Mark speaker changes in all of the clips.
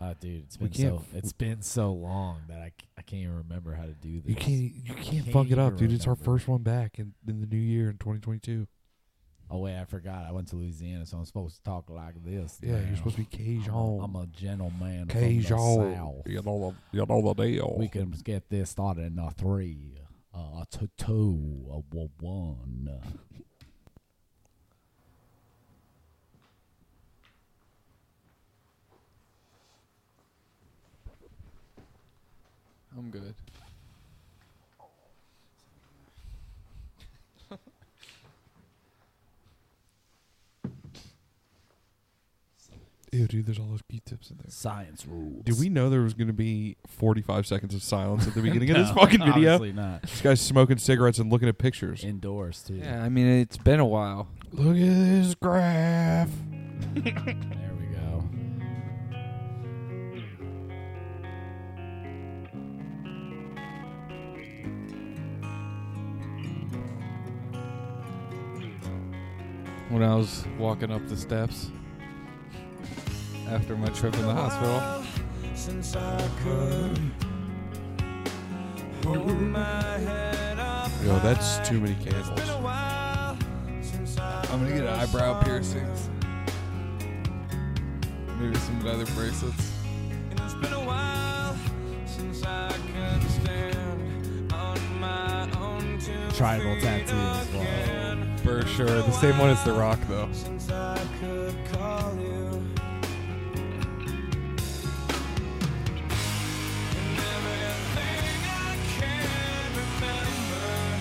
Speaker 1: Uh, dude, it's
Speaker 2: We
Speaker 1: been so
Speaker 2: can't-
Speaker 1: it's been so long that I, c- I can't even remember how to do this.
Speaker 2: You can't e you can't,
Speaker 1: can't
Speaker 2: fuck it up,
Speaker 1: even
Speaker 2: dude. It's our
Speaker 1: remember.
Speaker 2: first one back in, in the new year in 2022.
Speaker 1: Oh wait, I forgot. I went to Louisiana, so I'm supposed to talk like this.
Speaker 2: Yeah,
Speaker 1: now.
Speaker 2: you're supposed to be
Speaker 1: I'm
Speaker 2: Cajun.
Speaker 1: a, I'm a gentleman from the
Speaker 2: Cajun.
Speaker 1: south.
Speaker 2: You know the you know the deal.
Speaker 1: We can get this started in a three, uh, a two, two, a w- one. uh,
Speaker 3: I'm good.
Speaker 2: Ew, dude. There's all those Q-tips in there.
Speaker 1: Science rules.
Speaker 2: Did we know there was going to be 45 seconds of silence at the beginning of this fucking video?
Speaker 1: Obviously not.
Speaker 2: This guy's smoking cigarettes and looking at pictures.
Speaker 1: Indoors too.
Speaker 3: Yeah, I mean it's been a while.
Speaker 2: Look at this graph.
Speaker 1: There we go.
Speaker 3: When I was walking up the steps after my trip in the hospital.
Speaker 4: since I could hold my head up.
Speaker 2: Yo, that's too many candles.
Speaker 4: Been a while since I
Speaker 3: I'm gonna get eyebrow piercings. Maybe some leather bracelets.
Speaker 4: And it's been a while since I could stand on my own two
Speaker 1: Tribal
Speaker 4: feet
Speaker 1: tattoos. Wow.
Speaker 4: again.
Speaker 3: For sure. The same one as the rock though.
Speaker 4: Since I could call you. And everything I can remember.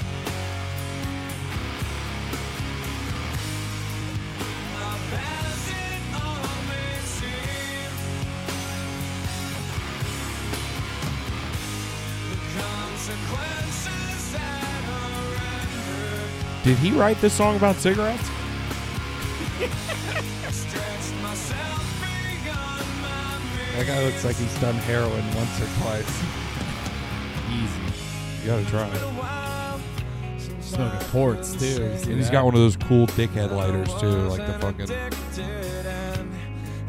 Speaker 4: I've as it all may seem. The consequences that are rendered.
Speaker 2: Did he write this song about cigarettes?
Speaker 4: Stretched myself beyond my
Speaker 3: That guy looks like he's done heroin once or twice.
Speaker 1: Easy.
Speaker 2: You gotta try it.
Speaker 1: Smoking ports too. You see
Speaker 2: And he's
Speaker 1: that?
Speaker 2: got one of those cool dickhead lighters too, like the fucking.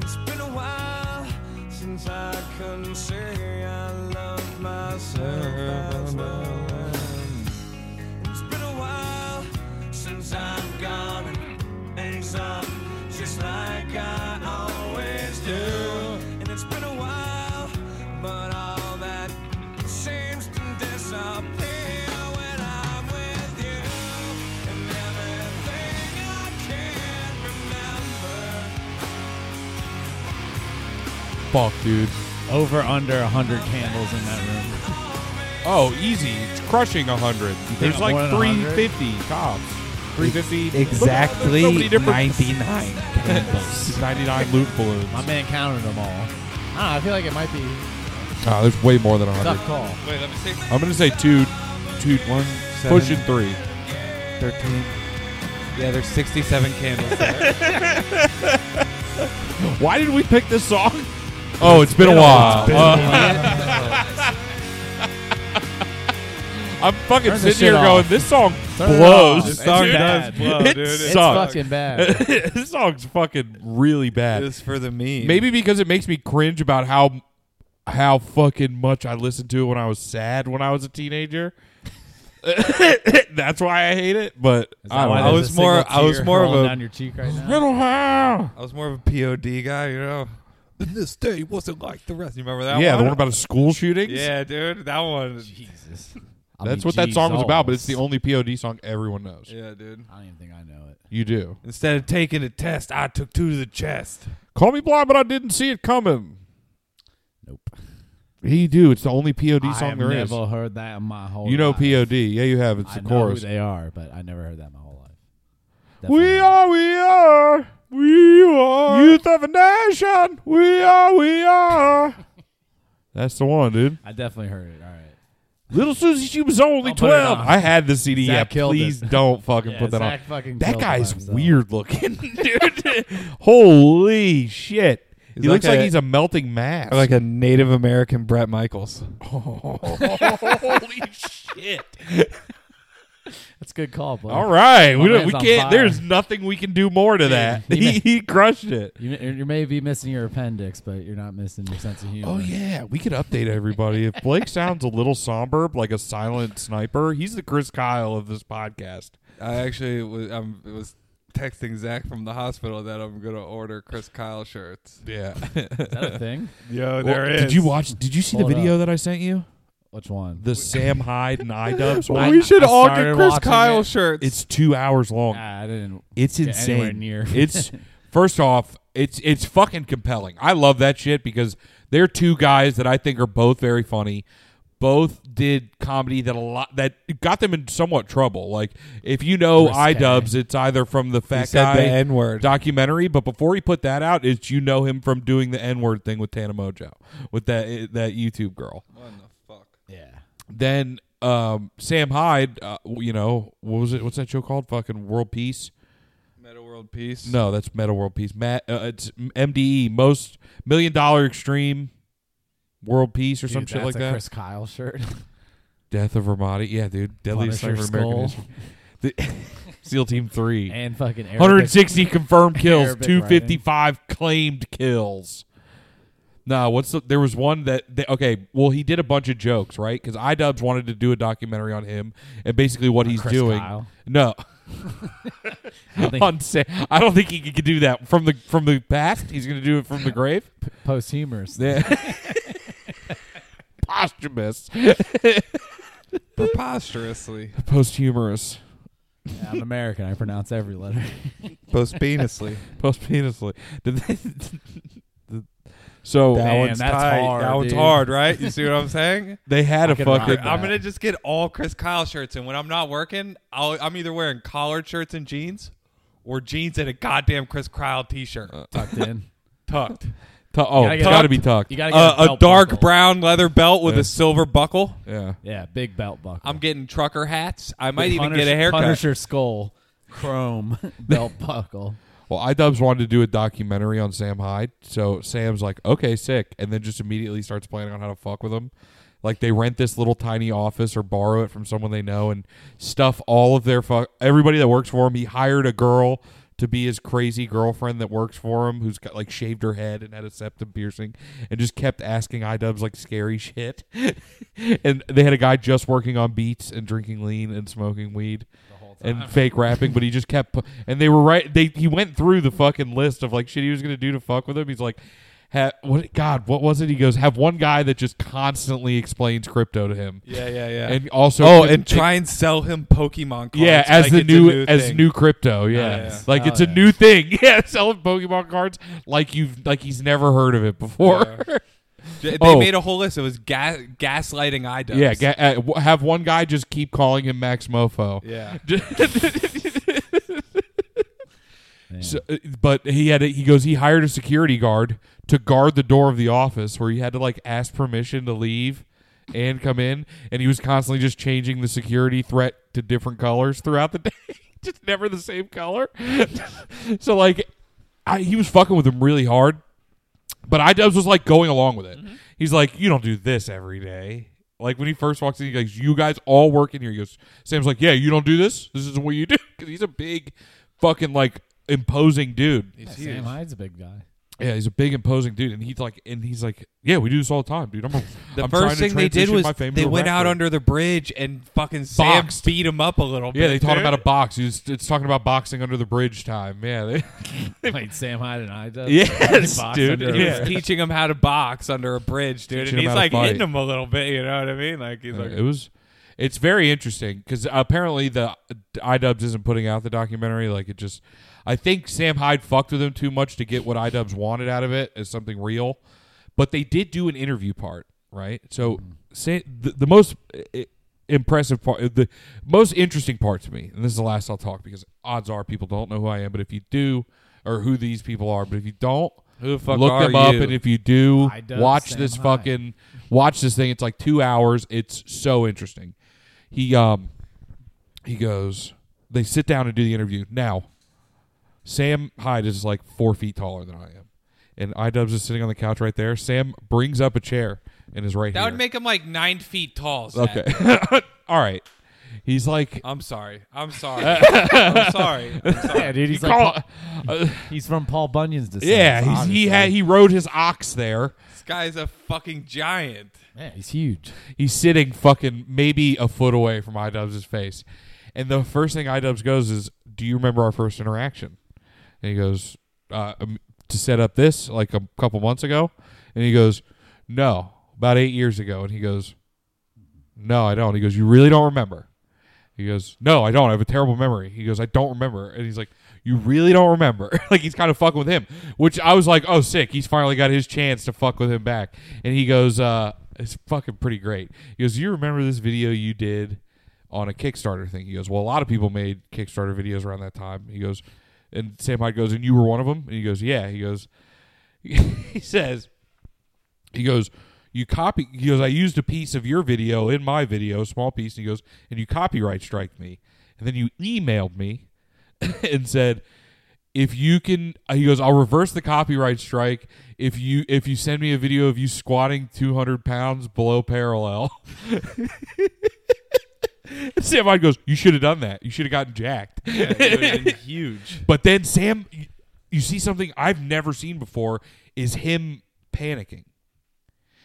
Speaker 4: It's been a while since I couldn't say I love myself as well. It's been a while since I've gone and things up just like I always do. And it's been a while, but all that seems to disappear when I'm with you. And everything I can remember.
Speaker 2: Fuck, dude.
Speaker 1: over under hundred candles in that room.
Speaker 2: Oh, easy. It's crushing hundred. There's
Speaker 1: I'm
Speaker 2: like
Speaker 1: more than
Speaker 2: 350 cops. 350.
Speaker 5: Exactly
Speaker 2: So many different-
Speaker 5: 99 candles.
Speaker 2: 99 loot balloons.
Speaker 1: My man counted them all. I don't know. I feel like it might be
Speaker 2: Ah, there's way more than
Speaker 1: tough
Speaker 2: 100.
Speaker 1: call.
Speaker 3: Wait, let me see.
Speaker 2: I'm gonna say two, two,
Speaker 5: One, seven,
Speaker 2: pushing three.
Speaker 5: 13.
Speaker 3: Yeah, there's 67 candles there.
Speaker 2: Why did we pick this song? Oh, it's been, a while. Uh, I'm fucking
Speaker 1: Turn the
Speaker 2: sitting
Speaker 1: shit
Speaker 2: here going,
Speaker 1: off.
Speaker 2: this song
Speaker 1: Turn it
Speaker 2: blows.
Speaker 1: off. This
Speaker 2: dude.
Speaker 1: song does
Speaker 3: blow,
Speaker 2: it
Speaker 3: dude. It
Speaker 1: It's
Speaker 2: sucks.
Speaker 1: fucking bad.
Speaker 2: this song's fucking really bad.
Speaker 3: It's for the meme.
Speaker 2: Maybe because it makes me cringe about how how fucking much I listened to it when I was sad when I was a teenager. That's why I hate it. But I,
Speaker 3: why
Speaker 2: don't
Speaker 3: I
Speaker 2: know.
Speaker 3: was more- I was more of a-
Speaker 1: down your cheek right now.
Speaker 2: Little hell.
Speaker 3: I was more of a POD guy, you know. And this day wasn't like the rest. You remember that
Speaker 2: Yeah, the
Speaker 3: one?
Speaker 2: one about a school shootings.
Speaker 3: Yeah, dude, that one.
Speaker 1: Jesus.
Speaker 2: That's what that song was about, but it's the only POD song everyone knows.
Speaker 3: Yeah, dude.
Speaker 1: I don't even think I know it.
Speaker 2: You do.
Speaker 3: Instead of taking a test, I took two to the chest.
Speaker 2: Call me blind, but I didn't see it coming.
Speaker 1: Nope.
Speaker 2: You do. It's the only POD
Speaker 1: I
Speaker 2: song
Speaker 1: have
Speaker 2: there is.
Speaker 1: never heard that in my whole.
Speaker 2: You know
Speaker 1: life.
Speaker 2: POD. Yeah, you have. It's
Speaker 1: I
Speaker 2: the
Speaker 1: know
Speaker 2: chorus.
Speaker 1: who they are, but I never heard that in my whole life.
Speaker 2: We
Speaker 1: Definitely.
Speaker 2: are, we are, we are youth of a nation. We are, we are. That's the one, dude.
Speaker 1: I definitely heard it. All right.
Speaker 2: Little Susie, she was only
Speaker 1: I'll put it
Speaker 2: twelve.
Speaker 1: on.
Speaker 2: I had the CD.
Speaker 1: Zach
Speaker 2: yeah,
Speaker 1: killed
Speaker 2: please
Speaker 1: it.
Speaker 2: don't fucking
Speaker 1: Yeah,
Speaker 2: put that
Speaker 1: Zach
Speaker 2: on.
Speaker 1: fucking
Speaker 2: That
Speaker 1: killed
Speaker 2: guy's
Speaker 1: himself.
Speaker 2: weird looking, dude. Holy shit!
Speaker 3: He's
Speaker 2: he looks
Speaker 3: like
Speaker 2: like
Speaker 3: a-
Speaker 2: he's a melting mass.
Speaker 3: Or like a Native American Brett Michaels.
Speaker 2: Holy shit!
Speaker 1: That's a good call, bud.
Speaker 2: All right,
Speaker 1: My
Speaker 2: we, don't, we
Speaker 1: man's on
Speaker 2: can't.
Speaker 1: fire.
Speaker 2: There's nothing we can do more to that.
Speaker 1: he
Speaker 2: He,
Speaker 1: may-
Speaker 2: he crushed it.
Speaker 1: You, may- you may be missing your appendix, but you're not missing your sense of humor.
Speaker 2: Oh yeah, we could update everybody. if Blake sounds a little somber, like a silent sniper, he's the Chris Kyle of this podcast.
Speaker 3: I actually was I'm was texting Zach from the hospital that I'm gonna order Chris Kyle shirts.
Speaker 2: Yeah.
Speaker 1: Is that a thing?
Speaker 2: Yo,
Speaker 3: there
Speaker 2: Did
Speaker 3: is.
Speaker 2: you watch? Did you see
Speaker 1: Hold
Speaker 2: the video
Speaker 1: up.
Speaker 2: that I sent you?
Speaker 1: Which one?
Speaker 2: The Sam Hyde and iDubbbz
Speaker 3: Well,
Speaker 2: one.
Speaker 3: we should
Speaker 2: I
Speaker 3: all get
Speaker 2: started
Speaker 3: Chris
Speaker 2: watching
Speaker 3: Kyle
Speaker 2: it.
Speaker 3: shirts.
Speaker 2: It's two hours long.
Speaker 1: Ah, I didn't
Speaker 2: It's
Speaker 1: get anywhere
Speaker 2: insane.
Speaker 1: near.
Speaker 2: It's first off, it's it's fucking compelling. I love that shit because they're two guys that I think are both very funny. Both did comedy that a lot that got them in somewhat trouble. Like if you know
Speaker 1: Risque.
Speaker 2: iDubbbz, it's either from the
Speaker 5: He
Speaker 2: Fat
Speaker 5: said the
Speaker 2: Guy
Speaker 5: N word.
Speaker 2: documentary, but before he put that out, it's you know him from doing the N word thing with Tana Mojo with that eh, that YouTube girl
Speaker 3: what in the fuck?
Speaker 1: yeah.
Speaker 2: then um, Sam Hyde, uh, you know, what was it? What's that show called? Fucking World Peace?
Speaker 3: Meta World Peace.
Speaker 2: No, that's Meta World Peace. Matt, uh, it's MDE, most million dollar extreme world peace or some
Speaker 1: Dude,
Speaker 2: shit
Speaker 1: that's
Speaker 2: like
Speaker 1: a
Speaker 2: that.
Speaker 1: Chris Kyle shirt.
Speaker 2: Death of Ramadi, yeah, dude, deadliest thing for
Speaker 1: Punisher
Speaker 2: American
Speaker 1: skull
Speaker 2: history. The- SEAL Team Three.
Speaker 1: and fucking Arabic-
Speaker 2: 160 confirmed kills,
Speaker 1: Arabic
Speaker 2: 255 claimed kills. Nah, what's the, there was one that they, okay, well he did a bunch of jokes, right? Cuz iDubbbz wanted to do a documentary on him and basically what he's
Speaker 1: Chris
Speaker 2: doing.
Speaker 1: Kyle.
Speaker 2: No.
Speaker 1: I don't think
Speaker 2: on Sa- I don't think he could do that from the from the past. He's going to do it from the grave.
Speaker 1: posthumous.
Speaker 2: Yeah. Posthumous,
Speaker 3: Preposterously.
Speaker 2: posthumous,
Speaker 1: Yeah, I'm American. I pronounce every letter.
Speaker 5: Postpenously.
Speaker 2: posthumously. Did they, the- so
Speaker 5: That
Speaker 1: Damn,
Speaker 5: one's
Speaker 1: that's
Speaker 5: tight.
Speaker 1: hard,
Speaker 5: That one's
Speaker 1: dude.
Speaker 5: hard.
Speaker 3: Hard, right? You see what I'm saying?
Speaker 2: they had
Speaker 1: I
Speaker 2: a
Speaker 1: can rock
Speaker 2: fucking
Speaker 1: that.
Speaker 3: I'm gonna just get all Chris Kyle shirts, and when I'm not working, I'll, I'm either wearing collared shirts and jeans, or jeans and a goddamn Chris Kyle t-shirt
Speaker 1: Tucked in.
Speaker 3: tucked.
Speaker 2: tu- oh,
Speaker 1: gotta
Speaker 2: it's
Speaker 1: get-
Speaker 2: got to be tucked.
Speaker 1: You gotta get
Speaker 3: Uh,
Speaker 1: a,
Speaker 3: a,
Speaker 1: belt
Speaker 3: dark
Speaker 1: buckle.
Speaker 3: brown leather belt with
Speaker 2: Yeah.
Speaker 3: a silver buckle.
Speaker 2: yeah.
Speaker 1: Yeah, big belt buckle.
Speaker 3: I'm getting trucker hats. I might even
Speaker 1: Punisher-
Speaker 3: get a haircut.
Speaker 1: Punisher skull, chrome belt buckle.
Speaker 2: Well, iDubbbz wanted to do a documentary on Sam Hyde, so Sam's like, "Okay, sick," and then just immediately starts planning on how to fuck with him. Like they rent this little tiny office or borrow it from someone they know and stuff all of their fuck everybody that works for him. He hired a girl to be his crazy girlfriend that works for him, who's got like shaved her head and had a septum piercing, and just kept asking iDubbbz like scary shit. and they had a guy just working on beats and drinking lean and smoking weed and fake rapping, but he just kept. pu- And they were right. They he went through the fucking list of like shit he was gonna do to fuck with him. He's like, ha, what? God, what was it? He goes, have one guy that just constantly explains crypto to him,
Speaker 3: Yeah, yeah, yeah.
Speaker 2: and also
Speaker 3: oh, and try and sell him Pokemon cards.
Speaker 2: yeah, as
Speaker 3: like
Speaker 2: the
Speaker 3: it's a
Speaker 2: new, as
Speaker 3: thing.
Speaker 2: new crypto, yeah,
Speaker 3: yeah.
Speaker 2: like
Speaker 1: Oh,
Speaker 2: it's a
Speaker 1: yeah.
Speaker 2: new thing. Yeah, selling Pokemon cards like you've like he's never heard of it before.
Speaker 3: J- They
Speaker 2: Oh.
Speaker 3: made a whole list. It was ga- gaslighting iDubbbz.
Speaker 2: Yeah, ga- uh, w- have one guy just keep calling him Max Mofo.
Speaker 3: yeah.
Speaker 1: Man.
Speaker 2: So, uh, but he had a, he goes he hired a security guard to guard the door of the office where he had to like ask permission to leave and come in and he was constantly just changing the security threat to different colors throughout the day just never the same color so like I, he was fucking with him really hard but iDubbbz was like going along with it. He's like, you don't do this every day. Like when he first walks in, he goes, "You guys all work in here." He goes, "Sam's like, yeah, you don't do this. This isn't what you do." Because he's a big, fucking like imposing dude.
Speaker 1: Yeah, Sam Hyde's a big guy.
Speaker 2: Yeah, he's a big imposing dude, and he's like, and he's like, yeah, we do this all the time, dude. I'm a,
Speaker 3: The
Speaker 2: I'm trying
Speaker 3: first
Speaker 2: to
Speaker 3: thing they did
Speaker 2: transition
Speaker 3: was
Speaker 2: my fame
Speaker 3: they
Speaker 2: to a
Speaker 3: went
Speaker 2: rap
Speaker 3: out
Speaker 2: group."
Speaker 3: under the bridge and fucking Sam
Speaker 2: Boxed.
Speaker 3: beat him up a little bit.
Speaker 2: Yeah, they taught him
Speaker 3: dude.
Speaker 2: how to box. He was, it's talking about boxing under the bridge time. Yeah, they,
Speaker 1: Played Sam Hyde and I did.
Speaker 2: yes,
Speaker 1: boxed
Speaker 2: dude.
Speaker 1: under a
Speaker 3: He
Speaker 2: Yeah.
Speaker 3: was teaching him how to box under a bridge, dude.
Speaker 2: Teaching
Speaker 3: and
Speaker 2: him
Speaker 3: he's
Speaker 2: how to
Speaker 3: like
Speaker 2: fight.
Speaker 3: hitting him a little bit. You know what I mean? Like he's
Speaker 2: Uh,
Speaker 3: like,
Speaker 2: it was it's very interesting because apparently the idubbbz isn't putting out the documentary like it just i think sam hyde fucked with him too much to get what idubbbz wanted out of it as something real but they did do an interview part right so
Speaker 3: Mm-hmm.
Speaker 2: say, the, the most uh, impressive part the most interesting part to me and this is the last i'll talk because odds are people don't know who i am but if you do or who these people are but if you don't
Speaker 3: "Who the fuck
Speaker 2: look
Speaker 3: are
Speaker 2: them up
Speaker 3: you?"
Speaker 2: and if you do
Speaker 1: iDubbbz,
Speaker 2: watch
Speaker 1: Sam
Speaker 2: this
Speaker 1: Hyde.
Speaker 2: fucking watch this thing it's like two hours it's so interesting he um he goes they sit down and do the interview now sam hyde is like four feet taller than i am and idubbbz is sitting on the couch right there sam brings up a chair and is right
Speaker 3: that
Speaker 2: here
Speaker 3: would make him like nine feet tall. Zach.
Speaker 2: okay all right He's like,
Speaker 3: I'm sorry. I'm sorry. I'm sorry. I'm sorry.
Speaker 1: Yeah, dude. He's
Speaker 2: you
Speaker 1: like
Speaker 2: call- uh,
Speaker 1: Paul- he's from Paul Bunyan's descent.
Speaker 2: yeah, he's, he
Speaker 1: obviously.
Speaker 2: had he rode his ox there.
Speaker 3: This guy's a fucking giant.
Speaker 1: Man, he's huge.
Speaker 2: He's sitting fucking maybe a foot away from Idubbbz's face. And the first thing Idubbbz goes is, "Do you remember our first interaction?" And he goes, uh, um, "To set up this like a couple months ago." And he goes, "No, about eight years ago." And he goes, "No, I don't." He goes, "You really don't remember?" He goes, "No, I don't. I have a terrible memory." He goes, "I don't remember." And he's like, "You really don't remember?" like he's kind of fucking with him, which I was like, "Oh, sick. He's finally got his chance to fuck with him back." And he goes, "Uh, it's fucking pretty great." He goes, "Do you remember this video you did on a Kickstarter thing?" He goes, "Well, a lot of people made Kickstarter videos around that time." He goes, and Sam Hyde goes, "And you were one of them?" And he goes, "Yeah." He goes, he says, he goes, you copy. He goes, I used a piece of your video in my video, a small piece. And he goes, and you copyright strike me, and then you emailed me and said, if you can, he goes, I'll reverse the copyright strike if you if you send me a video of you squatting two hundred pounds below parallel. Sam Hyde goes, you should have done that. You should have gotten jacked.
Speaker 3: Yeah, he would've been huge.
Speaker 2: But then Sam, you- you see something I've never seen before is him panicking.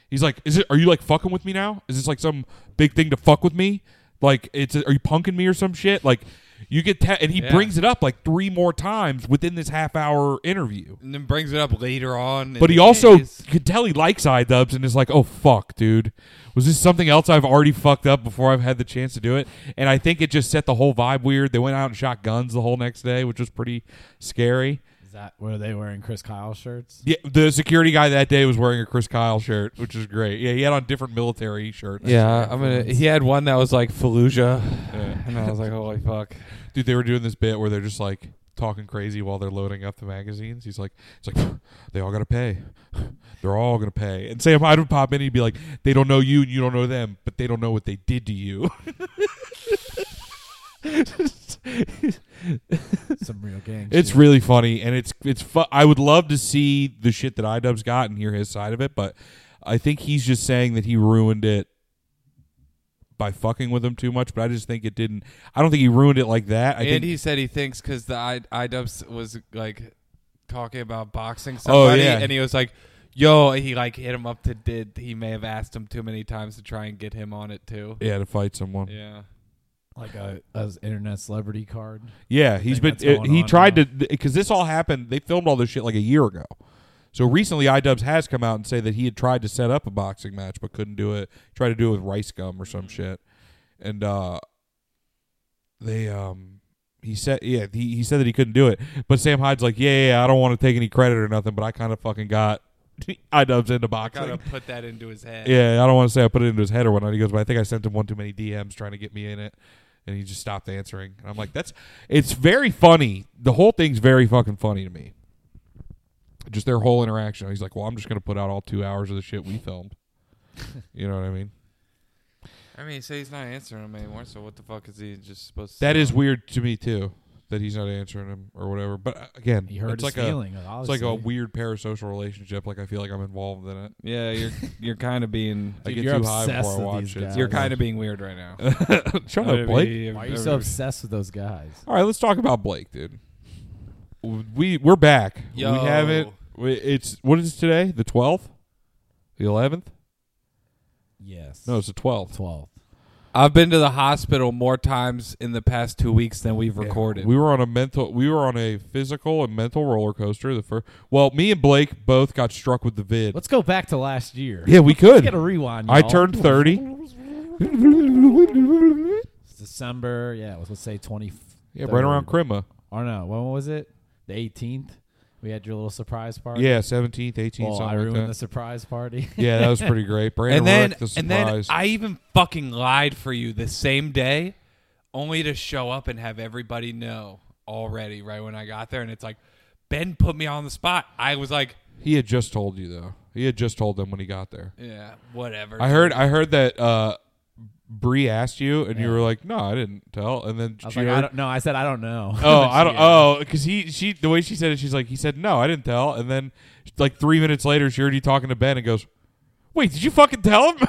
Speaker 2: He's like, "Is it? Are you like fucking with me now? Is this like some big thing to fuck with me? Like, it's are you punking me or some shit? Like, you get te- and he
Speaker 3: Yeah.
Speaker 2: brings it up like three more times within this half hour interview.
Speaker 3: And then brings it up later on. in
Speaker 2: But he
Speaker 3: the
Speaker 2: also
Speaker 3: days.
Speaker 2: could tell he likes iDubbbz and is like, oh fuck, dude, was this something else I've already fucked up before I've had the chance to do it? And I think it just set the whole vibe weird. They went out and shot guns the whole next day, which was pretty scary.
Speaker 1: Is that where they wearing Chris Kyle shirts?
Speaker 2: Yeah, the security guy that day was wearing a Chris Kyle shirt, which is great. Yeah, he had on different military shirts.
Speaker 5: Yeah, I'm gonna. He had one that was like Fallujah,
Speaker 2: Yeah.
Speaker 5: and I was like, "Holy fuck!"
Speaker 2: dude, they were doing this bit where they're just like talking crazy while they're loading up the magazines. He's like, it's like they all gotta pay. They're all gonna pay. And Sam Hyde would pop in. He'd be like, they don't know you and you don't know them, but they don't know what they did to you.
Speaker 1: Some real gang.
Speaker 2: It's
Speaker 1: shit.
Speaker 2: really funny, and it's it's. Fu- I would love to see the shit that Idubbbz got and hear his side of it, but I think he's just saying that he ruined it by fucking with him too much. But I just think it didn't. I don't think he ruined it like that. I
Speaker 3: and
Speaker 2: think
Speaker 3: he said he thinks because the I, IDubbbz was like talking about boxing
Speaker 2: Oh,
Speaker 3: somebody,
Speaker 2: yeah.
Speaker 3: and he was like, "Yo," he like hit him up to did. He may have asked him too many times to try and get him on it too.
Speaker 2: yeah to fight someone. Yeah,
Speaker 3: Yeah,
Speaker 1: like a, a internet celebrity card.
Speaker 2: he's
Speaker 1: think
Speaker 2: been.
Speaker 1: that's going
Speaker 2: he
Speaker 1: on
Speaker 2: tried
Speaker 1: now.
Speaker 2: to because this all happened. They filmed all this shit like a year ago. So recently, Idubbbz has come out and say that he had tried to set up a boxing match but couldn't do it. Tried to do it with rice gum or some shit, and uh, they um he said yeah he, he said that he couldn't do it but sam hyde's like yeah, yeah, yeah, i don't want to take any credit or nothing but i kind of fucking got idubbbz into
Speaker 3: I gotta
Speaker 2: boxing
Speaker 3: put that into his head.
Speaker 2: yeah i don't want to say i put it into his head or whatnot he goes but i think i sent him one too many dms trying to get me in it and he just stopped answering and i'm like that's it's very funny the whole thing's very fucking funny to me just their whole interaction he's like well i'm just gonna put out all two hours of the shit we filmed you know what i mean
Speaker 3: I mean, he said he's not answering him anymore. So what the fuck is he just supposed to?
Speaker 2: that
Speaker 3: do?
Speaker 2: is weird to me too that he's not answering him or whatever but uh, again
Speaker 1: He heard
Speaker 2: it's
Speaker 1: his
Speaker 2: like a
Speaker 1: feeling.
Speaker 2: It's like a weird parasocial relationship. Like I feel like I'm involved in it.
Speaker 3: Yeah, you're you're kind of being
Speaker 2: I
Speaker 1: Dude,
Speaker 2: get
Speaker 1: you're
Speaker 2: too high
Speaker 1: obsessed
Speaker 2: before I
Speaker 1: with
Speaker 2: watch
Speaker 1: these
Speaker 2: it.
Speaker 1: guys.
Speaker 3: you're kind of being weird right now.
Speaker 2: Shut
Speaker 3: I'm
Speaker 2: up,
Speaker 3: gonna
Speaker 2: Blake.
Speaker 3: be-
Speaker 1: Why are you so obsessed with those guys?
Speaker 2: All right, let's talk about Blake, dude. We we're back. We
Speaker 3: Yo.
Speaker 2: haven't. We, it's what is today? The twelfth, the eleventh?
Speaker 1: Yes.
Speaker 2: No, it's the twelfth.
Speaker 1: twelve.
Speaker 3: I've been to the hospital more times in the past two weeks than we've recorded.
Speaker 2: We were on a mental. We were on a physical and mental roller coaster. The first. Well, me and Blake both got struck with the vid.
Speaker 1: Let's go back to last year.
Speaker 2: yeah, we
Speaker 1: Let's
Speaker 2: could.
Speaker 1: get a rewind.
Speaker 2: I
Speaker 1: y'all.
Speaker 2: turned thirty.
Speaker 1: It's December. Yeah, let's, let's say twenty.
Speaker 2: Yeah, right around Crima.
Speaker 1: Or no, when was it? The eighteenth. We had your little surprise party.
Speaker 2: Yeah, seventeenth, eighteenth,
Speaker 1: Well, I
Speaker 2: something like
Speaker 1: ruined
Speaker 2: that.
Speaker 1: the surprise party.
Speaker 2: Yeah, that was pretty great. Brandon
Speaker 3: and then
Speaker 2: wrecked the
Speaker 3: and then
Speaker 2: surprise.
Speaker 3: I even fucking lied for you the same day, only to show up and have everybody know already right when I got there. And it's like Ben put me on the spot. I was like,
Speaker 2: he had just told you though. He had just told them when he got there.
Speaker 3: yeah, whatever.
Speaker 2: I heard. I heard that uh, Bree asked you, and you
Speaker 1: Yeah.
Speaker 2: were like, "No, I didn't tell." And then
Speaker 1: I was
Speaker 2: she
Speaker 1: like, I
Speaker 2: heard-
Speaker 1: don't, no, I said I don't know.
Speaker 2: oh, I don't. Oh, because he she the way she said it, she's like, he said, "No, I didn't tell." And then like three minutes later, she already talking to Ben and goes, "Wait, did you fucking tell him?"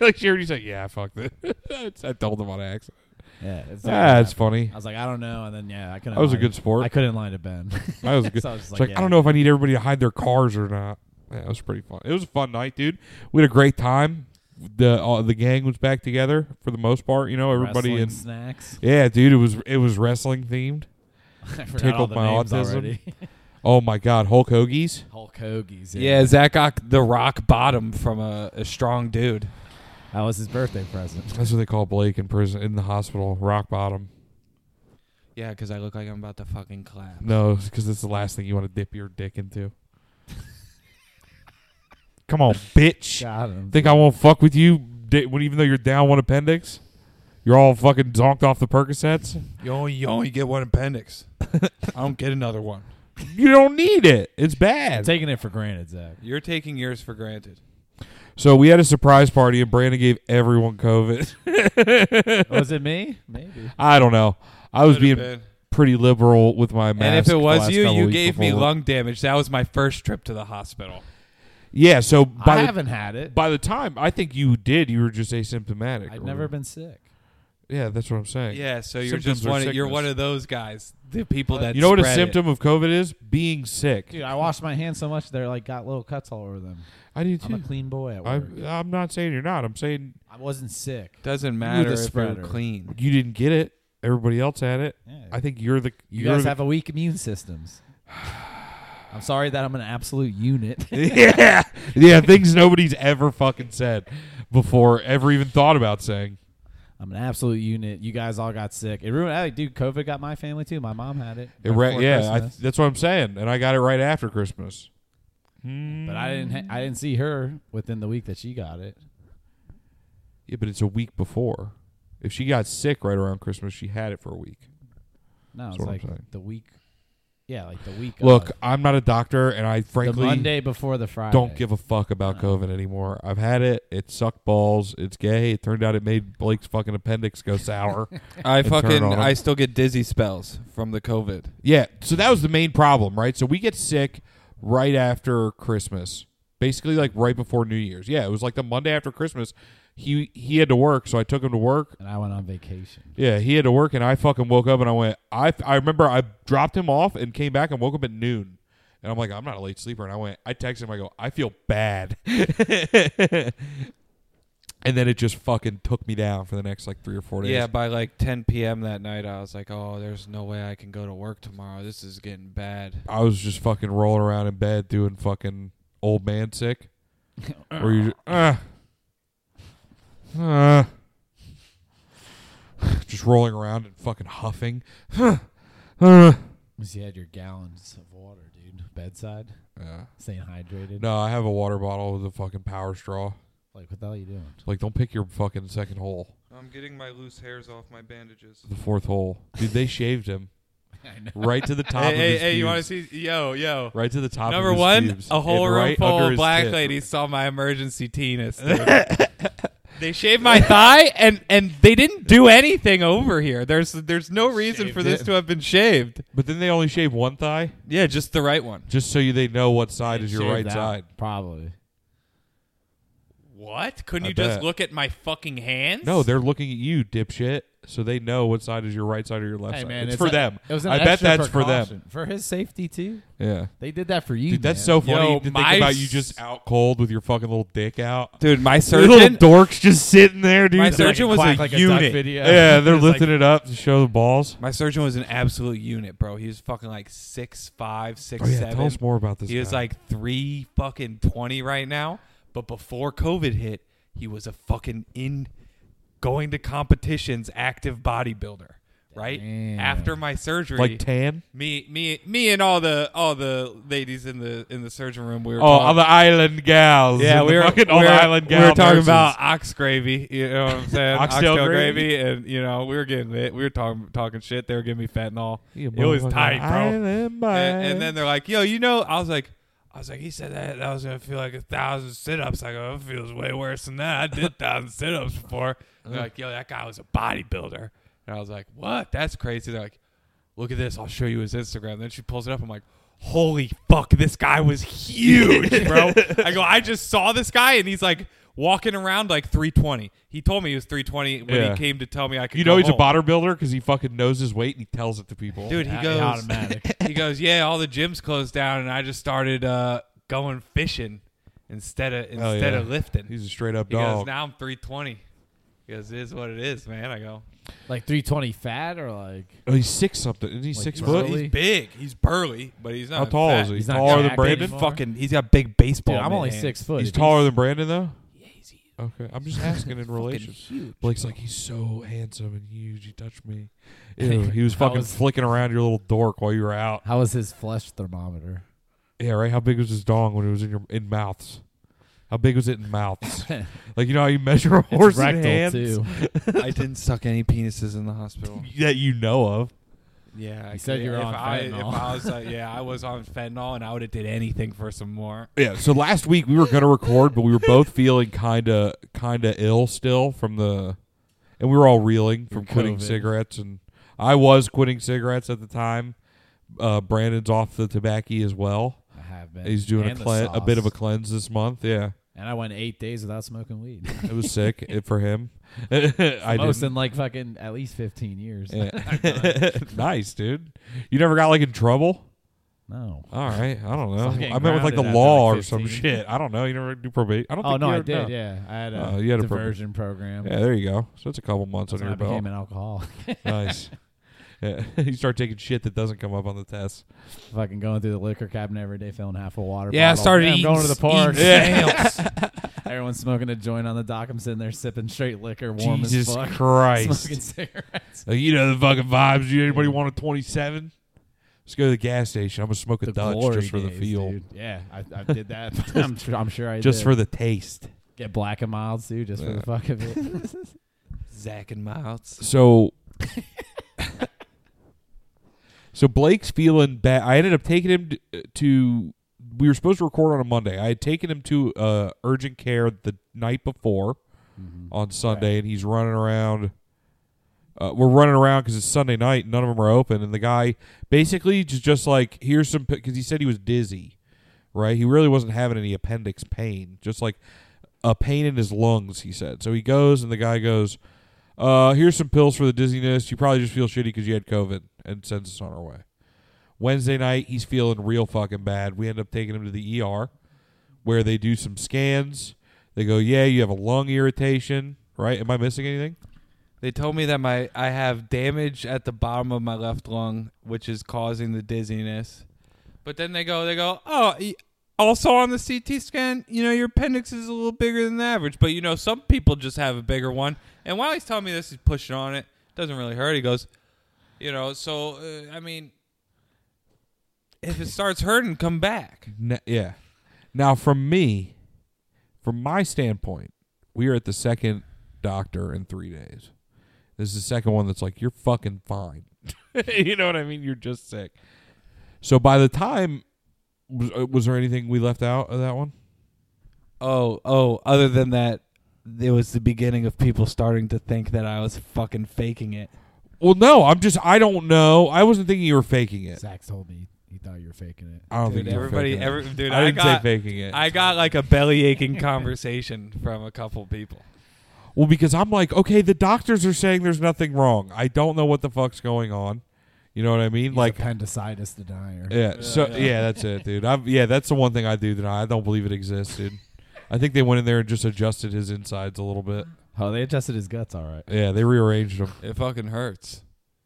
Speaker 2: like she already said, "Yeah, fuck that. I told him on accident."
Speaker 1: Yeah, it's like,
Speaker 2: Yeah, it's
Speaker 1: yeah.
Speaker 2: funny.
Speaker 1: I was like, I don't know, and then yeah, I couldn't.
Speaker 2: I was a
Speaker 1: lie-
Speaker 2: good sport.
Speaker 1: I couldn't lie to Ben.
Speaker 2: I was a good.
Speaker 1: So I was
Speaker 2: it's
Speaker 1: like,
Speaker 2: like,
Speaker 1: yeah.
Speaker 2: I don't know if I need everybody to hide their cars or not. Yeah, it was pretty fun. It was a fun night, dude. We had a great time. The uh, the gang was back together for the most part. You know, everybody
Speaker 1: Wrestling
Speaker 2: in.
Speaker 1: snacks.
Speaker 2: Yeah, dude, it was it was wrestling themed.
Speaker 1: I forgot
Speaker 2: tickled
Speaker 1: all the
Speaker 2: my
Speaker 1: names
Speaker 2: autism.
Speaker 1: already.
Speaker 2: Oh my God, Hulk Hogies.
Speaker 1: Hulk Hogan's.
Speaker 5: Yeah, Zach got the rock bottom from a, a strong dude.
Speaker 1: that was his birthday present.
Speaker 2: That's what they call Blake in prison in the hospital. Rock bottom.
Speaker 5: Yeah, because I look like I'm about to fucking clap.
Speaker 2: No, because it's the last thing you want to dip your dick into. Come on, bitch.
Speaker 1: Got him.
Speaker 2: Think I won't fuck with you di- when even though you're down one appendix? You're all fucking zonked off the Percocets?
Speaker 5: You only you only get one appendix. I don't get another one.
Speaker 2: You don't need it. It's
Speaker 1: I'm
Speaker 2: bad.
Speaker 1: taking it for granted, Zach.
Speaker 5: You're taking yours for granted.
Speaker 2: so we had a surprise party and Brandon gave everyone COVID.
Speaker 1: was it me? Maybe.
Speaker 2: I don't know. I was
Speaker 5: Could have
Speaker 2: being
Speaker 5: been.
Speaker 2: pretty liberal with my mask.
Speaker 5: And if it
Speaker 2: the
Speaker 5: was
Speaker 2: last
Speaker 5: you,
Speaker 2: couple
Speaker 5: you
Speaker 2: weeks
Speaker 5: gave me
Speaker 2: before.
Speaker 5: lung damage. That was my first trip to the hospital.
Speaker 2: Yeah, so
Speaker 1: I
Speaker 2: by the,
Speaker 1: haven't had it.
Speaker 2: by the time I think you did, you were just asymptomatic.
Speaker 1: I've
Speaker 2: or-
Speaker 1: never been sick.
Speaker 2: Yeah, that's what I'm saying.
Speaker 5: Yeah, so you're
Speaker 2: Symptoms
Speaker 5: just
Speaker 2: are
Speaker 5: one. Of, you're
Speaker 2: sickness.
Speaker 5: one of those guys, the people that
Speaker 2: You know what a
Speaker 5: spread it.
Speaker 2: symptom of COVID is? Being sick.
Speaker 1: Dude, I washed my hands so much they're like got little cuts all over them.
Speaker 2: I do
Speaker 1: I'm a
Speaker 2: too.
Speaker 1: clean boy at
Speaker 2: I,
Speaker 1: work.
Speaker 2: I'm not saying you're not. I'm saying
Speaker 1: I wasn't sick.
Speaker 5: Doesn't matter if you're
Speaker 1: spreader.
Speaker 5: clean.
Speaker 2: you didn't get it. Everybody else had it.
Speaker 1: Yeah.
Speaker 2: I think you're the.
Speaker 1: you
Speaker 2: you're
Speaker 1: guys
Speaker 2: the-
Speaker 1: have a weak immune systems. I'm sorry that I'm an absolute unit.
Speaker 2: yeah, yeah. Things nobody's ever fucking said before, ever even thought about saying.
Speaker 1: I'm an absolute unit. You guys all got sick. It ruined. Like, dude, COVID got my family too. My mom had it.
Speaker 2: It re-
Speaker 1: before
Speaker 2: yeah, I,
Speaker 1: Christmas.
Speaker 2: that's what I'm saying, and I got it right after Christmas.
Speaker 1: but I didn't. Ha- I didn't see her within the week that she got it.
Speaker 2: Yeah, but it's a week before. If she got sick right around Christmas, she had it for a week.
Speaker 1: No,
Speaker 2: That's
Speaker 1: it's
Speaker 2: what I'm
Speaker 1: like
Speaker 2: saying.
Speaker 1: the week. Yeah, like the week.
Speaker 2: Look,
Speaker 1: of.
Speaker 2: I'm not a doctor, and I
Speaker 1: the
Speaker 2: frankly
Speaker 1: Monday before the Friday. Uh-huh.
Speaker 2: don't give a fuck about COVID anymore. I've had it. It sucked balls. It's gay. It turned out it made Blake's fucking appendix go sour.
Speaker 5: I
Speaker 2: turn
Speaker 5: fucking
Speaker 2: on.
Speaker 5: I still get dizzy spells from the COVID.
Speaker 2: yeah. So that was the main problem, right? So we get sick right after Christmas, basically like right before New Year's. Yeah, it was like the Monday after Christmas. He he had to work, so I took him to work.
Speaker 1: And I went on vacation.
Speaker 2: Yeah, he had to work, and I fucking woke up and I went. I I remember I dropped him off and came back and woke up at noon. And I'm like, I'm not a late sleeper. And I went, I texted him, I go, I feel bad. and then it just fucking took me down for the next like three or four days.
Speaker 5: Yeah, by like 10 p.m. that night, I was like, "Oh, there's no way I can go to work tomorrow. This is getting bad."
Speaker 2: I was just fucking rolling around in bed doing fucking old man sick. Where you uh, uh, just rolling around and fucking huffing. Uh,
Speaker 1: You had your gallons of water, dude. Bedside,
Speaker 2: yeah.
Speaker 1: staying hydrated.
Speaker 2: No, I have a water bottle with a fucking power straw.
Speaker 1: Like what the hell you doing?
Speaker 2: Like, don't pick your fucking second hole,
Speaker 5: I'm getting my loose hairs off my bandages.
Speaker 2: the fourth hole. Dude, they shaved him
Speaker 1: I know.
Speaker 2: right to the top
Speaker 5: Hey,
Speaker 2: of
Speaker 5: hey,
Speaker 2: his
Speaker 5: hey, you want to
Speaker 2: pubes.
Speaker 5: see? Yo, yo.
Speaker 2: Right to the top
Speaker 5: Number
Speaker 2: of his
Speaker 5: one,
Speaker 2: pubes
Speaker 5: a whole
Speaker 2: and
Speaker 5: room
Speaker 2: right
Speaker 5: full
Speaker 2: under
Speaker 5: of
Speaker 2: his
Speaker 5: black
Speaker 2: tit.
Speaker 5: ladies saw my emergency teenus. dude. they shaved my thigh, and and they didn't do anything over here. There's there's no reason for this to have been shaved.
Speaker 2: But then they only shave one thigh
Speaker 5: Yeah, just the right one.
Speaker 2: just so you they know what side is your
Speaker 1: Shaved
Speaker 2: right
Speaker 1: out,
Speaker 2: side.
Speaker 1: Probably.
Speaker 5: What? Couldn't
Speaker 2: I
Speaker 5: you just
Speaker 2: bet.
Speaker 5: look at my fucking hands?
Speaker 2: No, they're looking at you, dipshit. So they know what side is your right side or your left
Speaker 1: Hey
Speaker 2: side.
Speaker 1: man,
Speaker 2: it's, for
Speaker 1: a-
Speaker 2: them.
Speaker 1: It was an
Speaker 2: I bet
Speaker 1: extra
Speaker 2: that's for them.
Speaker 1: precaution. For his safety too.
Speaker 2: Yeah,
Speaker 1: They did that for you.
Speaker 2: dude, that's
Speaker 1: man.
Speaker 2: so funny
Speaker 5: Yo,
Speaker 2: to think
Speaker 5: my
Speaker 2: about.
Speaker 5: s-
Speaker 2: You just out cold with your fucking little dick out.
Speaker 5: dude. My
Speaker 2: Little
Speaker 5: surgeon,
Speaker 2: dorks just sitting there, dude.
Speaker 5: my
Speaker 2: They're-
Speaker 5: surgeon was a
Speaker 1: Quack like a duck
Speaker 5: unit.
Speaker 1: video.
Speaker 2: Yeah, they're
Speaker 1: It's like-
Speaker 2: lifting it up to show the balls.
Speaker 5: my surgeon was an absolute unit, bro. He was fucking like six five, six
Speaker 2: Oh
Speaker 5: seven.
Speaker 2: yeah, tell us more about this.
Speaker 5: He was
Speaker 2: guy.
Speaker 5: like three fucking twenty right now, but before COVID hit, he was a fucking in going to competitions active bodybuilder. Right
Speaker 1: Damn.
Speaker 5: after my surgery,
Speaker 2: like tan.
Speaker 5: me, me, me, and all the all the ladies in the in the surgeon room. We were
Speaker 2: Oh, all the island gals.
Speaker 5: Yeah,
Speaker 2: and
Speaker 5: we
Speaker 2: the
Speaker 5: were,
Speaker 2: fucking
Speaker 5: we
Speaker 2: all
Speaker 5: were,
Speaker 2: the island
Speaker 5: we
Speaker 2: gal.
Speaker 5: were talking
Speaker 2: nurses.
Speaker 5: about ox gravy. You know what I'm saying?
Speaker 2: Oxtail gravy?
Speaker 5: gravy, and you know we were getting lit. We were talking talking shit. They were giving me fentanyl.
Speaker 2: You
Speaker 5: it was
Speaker 2: motherfucking
Speaker 5: tight, bro.
Speaker 2: island
Speaker 5: And, and
Speaker 2: boy.
Speaker 5: then they're like, "Yo, you know," I was like. I was like, he said that that was gonna feel like a thousand sit-ups. I go, it feels way worse than that. I did a thousand sit-ups before.
Speaker 2: Uh-huh.
Speaker 5: And they're like, yo, that guy was a bodybuilder. And I was like, what? That's crazy. They're like, look at this. I'll show you his Instagram. Then she pulls it up. I'm like, holy fuck, this guy was huge, bro. I go, I just saw this guy, and he's like
Speaker 3: walking around like 320. He told me he was 320 when
Speaker 2: Yeah.
Speaker 3: he came to tell me I could.
Speaker 2: You know
Speaker 3: go
Speaker 2: he's
Speaker 3: home.
Speaker 2: a bodybuilder builder because he fucking knows his weight and he tells it to people.
Speaker 3: Dude, he
Speaker 1: Yeah,
Speaker 3: goes
Speaker 1: automatic.
Speaker 3: he goes, yeah, all the gyms closed down, and I just started uh, going fishing instead of instead
Speaker 2: Hell yeah.
Speaker 3: of lifting.
Speaker 2: he's a straight up
Speaker 3: he goes,
Speaker 2: dog.
Speaker 3: now I'm 320. He goes, it is what it is, man. I go,
Speaker 1: Like 320 fat or like
Speaker 2: oh, he's six something. Isn't he
Speaker 1: Like,
Speaker 2: six
Speaker 1: he's
Speaker 2: foot?
Speaker 1: really-
Speaker 3: he's big, he's burly, but he's not
Speaker 2: How tall
Speaker 3: fat.
Speaker 2: is he?
Speaker 1: He's not
Speaker 2: taller than
Speaker 1: jacked
Speaker 2: Brandon.
Speaker 1: anymore.
Speaker 3: Fucking, he's got big baseball.
Speaker 1: Dude, I'm only
Speaker 3: man.
Speaker 1: six foot.
Speaker 2: He's
Speaker 1: If
Speaker 2: taller than Brandon though. Okay, I'm just asking in relation.
Speaker 1: huge.
Speaker 2: Blake's like he's so handsome and huge. He touched me. Ew, he was
Speaker 1: That
Speaker 2: fucking
Speaker 1: was-
Speaker 2: flicking around your little dork while you were out.
Speaker 1: How was his flesh thermometer?
Speaker 2: Yeah, right. How big was his dong when it was in your in mouths? How big was it in mouths? like you know how you measure a horse
Speaker 1: it's rectal
Speaker 2: in hands
Speaker 1: too.
Speaker 5: I didn't suck any penises in the hospital.
Speaker 2: that you know of.
Speaker 3: Yeah, I
Speaker 1: You said
Speaker 3: could-
Speaker 1: you were
Speaker 3: if
Speaker 1: on
Speaker 3: I, if
Speaker 1: fentanyl.
Speaker 3: I was, uh, yeah, I was on fentanyl, and I would have did anything for some more.
Speaker 2: Yeah. So last week we were gonna record, but we were both feeling kinda kinda ill still from the, and we were all reeling from
Speaker 1: From
Speaker 2: quitting
Speaker 1: COVID.
Speaker 2: cigarettes, and I was quitting cigarettes at the time. Uh, Brandon's off the tobacco as well.
Speaker 1: I have been.
Speaker 2: He's doing a
Speaker 1: And the
Speaker 2: cle- a bit of a
Speaker 1: sauce.
Speaker 2: cleanse this month. Yeah,
Speaker 1: And I went eight days without smoking weed.
Speaker 2: it was sick it, for him. I
Speaker 1: Most
Speaker 2: didn't.
Speaker 1: in like fucking at least 15 years.
Speaker 2: Yeah. nice, dude. You never got like in trouble.
Speaker 1: No.
Speaker 2: All right, I don't know.
Speaker 1: Fucking
Speaker 2: I meant with like
Speaker 1: grounded
Speaker 2: the
Speaker 1: after,
Speaker 2: law
Speaker 1: like,
Speaker 2: or some
Speaker 1: 15.
Speaker 2: shit. I don't know. You never do probation. I don't
Speaker 1: Oh
Speaker 2: think
Speaker 1: no,
Speaker 2: you
Speaker 1: I
Speaker 2: ever-
Speaker 1: did. Yeah, I had a
Speaker 2: Oh, you had a prob-
Speaker 1: diversion program.
Speaker 2: Yeah, there you go. So that's a couple months
Speaker 1: That's
Speaker 2: on
Speaker 1: when I
Speaker 2: your belt.
Speaker 1: became an alcoholic.
Speaker 2: nice. Yeah. you start taking shit that doesn't come up on the test.
Speaker 1: Fucking going through the liquor cabinet every day, filling half a water
Speaker 3: Yeah, I
Speaker 1: bottle.
Speaker 3: started
Speaker 1: Man, I'm
Speaker 3: eating
Speaker 1: going to the
Speaker 3: s-
Speaker 1: park.
Speaker 3: eating Yeah.
Speaker 1: Everyone's smoking a joint on the dock. I'm sitting there sipping straight liquor, warm
Speaker 2: Jesus
Speaker 1: as fuck. Smoking
Speaker 2: Christ!
Speaker 1: cigarettes.
Speaker 2: Like, you know the fucking vibes. You anybody want a twenty-seven? Let's go to the gas station. I'm gonna smoke a Dutch
Speaker 1: glory
Speaker 2: just for the
Speaker 1: days,
Speaker 2: feel,
Speaker 1: dude. Yeah, I, I did that. I'm, sure, I'm sure I
Speaker 2: just
Speaker 1: did.
Speaker 2: for the taste.
Speaker 1: get black and milds too, just for
Speaker 2: Yeah.
Speaker 1: the fuck of it.
Speaker 5: Zach and Miles.
Speaker 2: So, so Blake's feeling bad. I ended up taking him to, to. We were supposed to record on a Monday. I had taken him to uh, urgent care the night before
Speaker 1: Mm-hmm.
Speaker 2: on Sunday, and he's running around. Uh, we're running around because it's Sunday night. and None of them are open, and the guy basically just just like here's some because he said he was dizzy, right? He really wasn't having any appendix pain, just like a pain in his lungs. He said so. He goes, and the guy goes, uh, here's some pills for the dizziness. You probably just feel shitty because you had COVID and sends us on our way. Wednesday night, he's feeling real fucking bad. We end up taking him to the ER where they do some scans. They go, yeah, you have a lung irritation, right? Am I missing anything?
Speaker 5: They told me that my I have damage at the bottom of my left lung, which is causing the dizziness.
Speaker 3: But then they go, they go, oh, y- also on the CT scan, you know, your appendix is a little bigger than the average, but you know, some people just have a bigger one. And while he's telling me this, he's pushing on it. Doesn't really hurt. He goes, you know, so uh, I mean, if it starts hurting, come back.
Speaker 2: N- yeah. Now, from me, from my standpoint, we are at the second doctor in three days. This is the second one that's like, you're fucking fine. you know what I mean? You're just sick. So by the time, was, uh, was there anything we left out of that one?
Speaker 5: Oh, oh, other than that, it was the beginning of people starting to think that I was fucking faking it.
Speaker 2: Well, no. I'm just, I don't know. I wasn't thinking you were faking it.
Speaker 1: Zach told me he thought you were faking it.
Speaker 2: I don't
Speaker 3: Dude,
Speaker 2: think you were
Speaker 3: everybody,
Speaker 2: faking it.
Speaker 3: every, dude,
Speaker 2: I
Speaker 3: I,
Speaker 2: didn't
Speaker 3: got,
Speaker 2: say faking it.
Speaker 3: I got like a belly aching conversation from a couple people.
Speaker 2: Well, because I'm like, okay, the doctors are saying there's nothing wrong. I don't know what the fuck's going on. You know what I mean?
Speaker 1: He's
Speaker 2: like,
Speaker 1: appendicitis denier.
Speaker 2: yeah. So
Speaker 3: yeah.
Speaker 2: yeah, that's it, dude. I've, yeah, that's the one thing I do that I don't believe it exists, dude. I think they went in there and just adjusted his insides a little bit.
Speaker 1: Oh, they adjusted his guts all right.
Speaker 2: Yeah, they rearranged him
Speaker 3: It fucking hurts.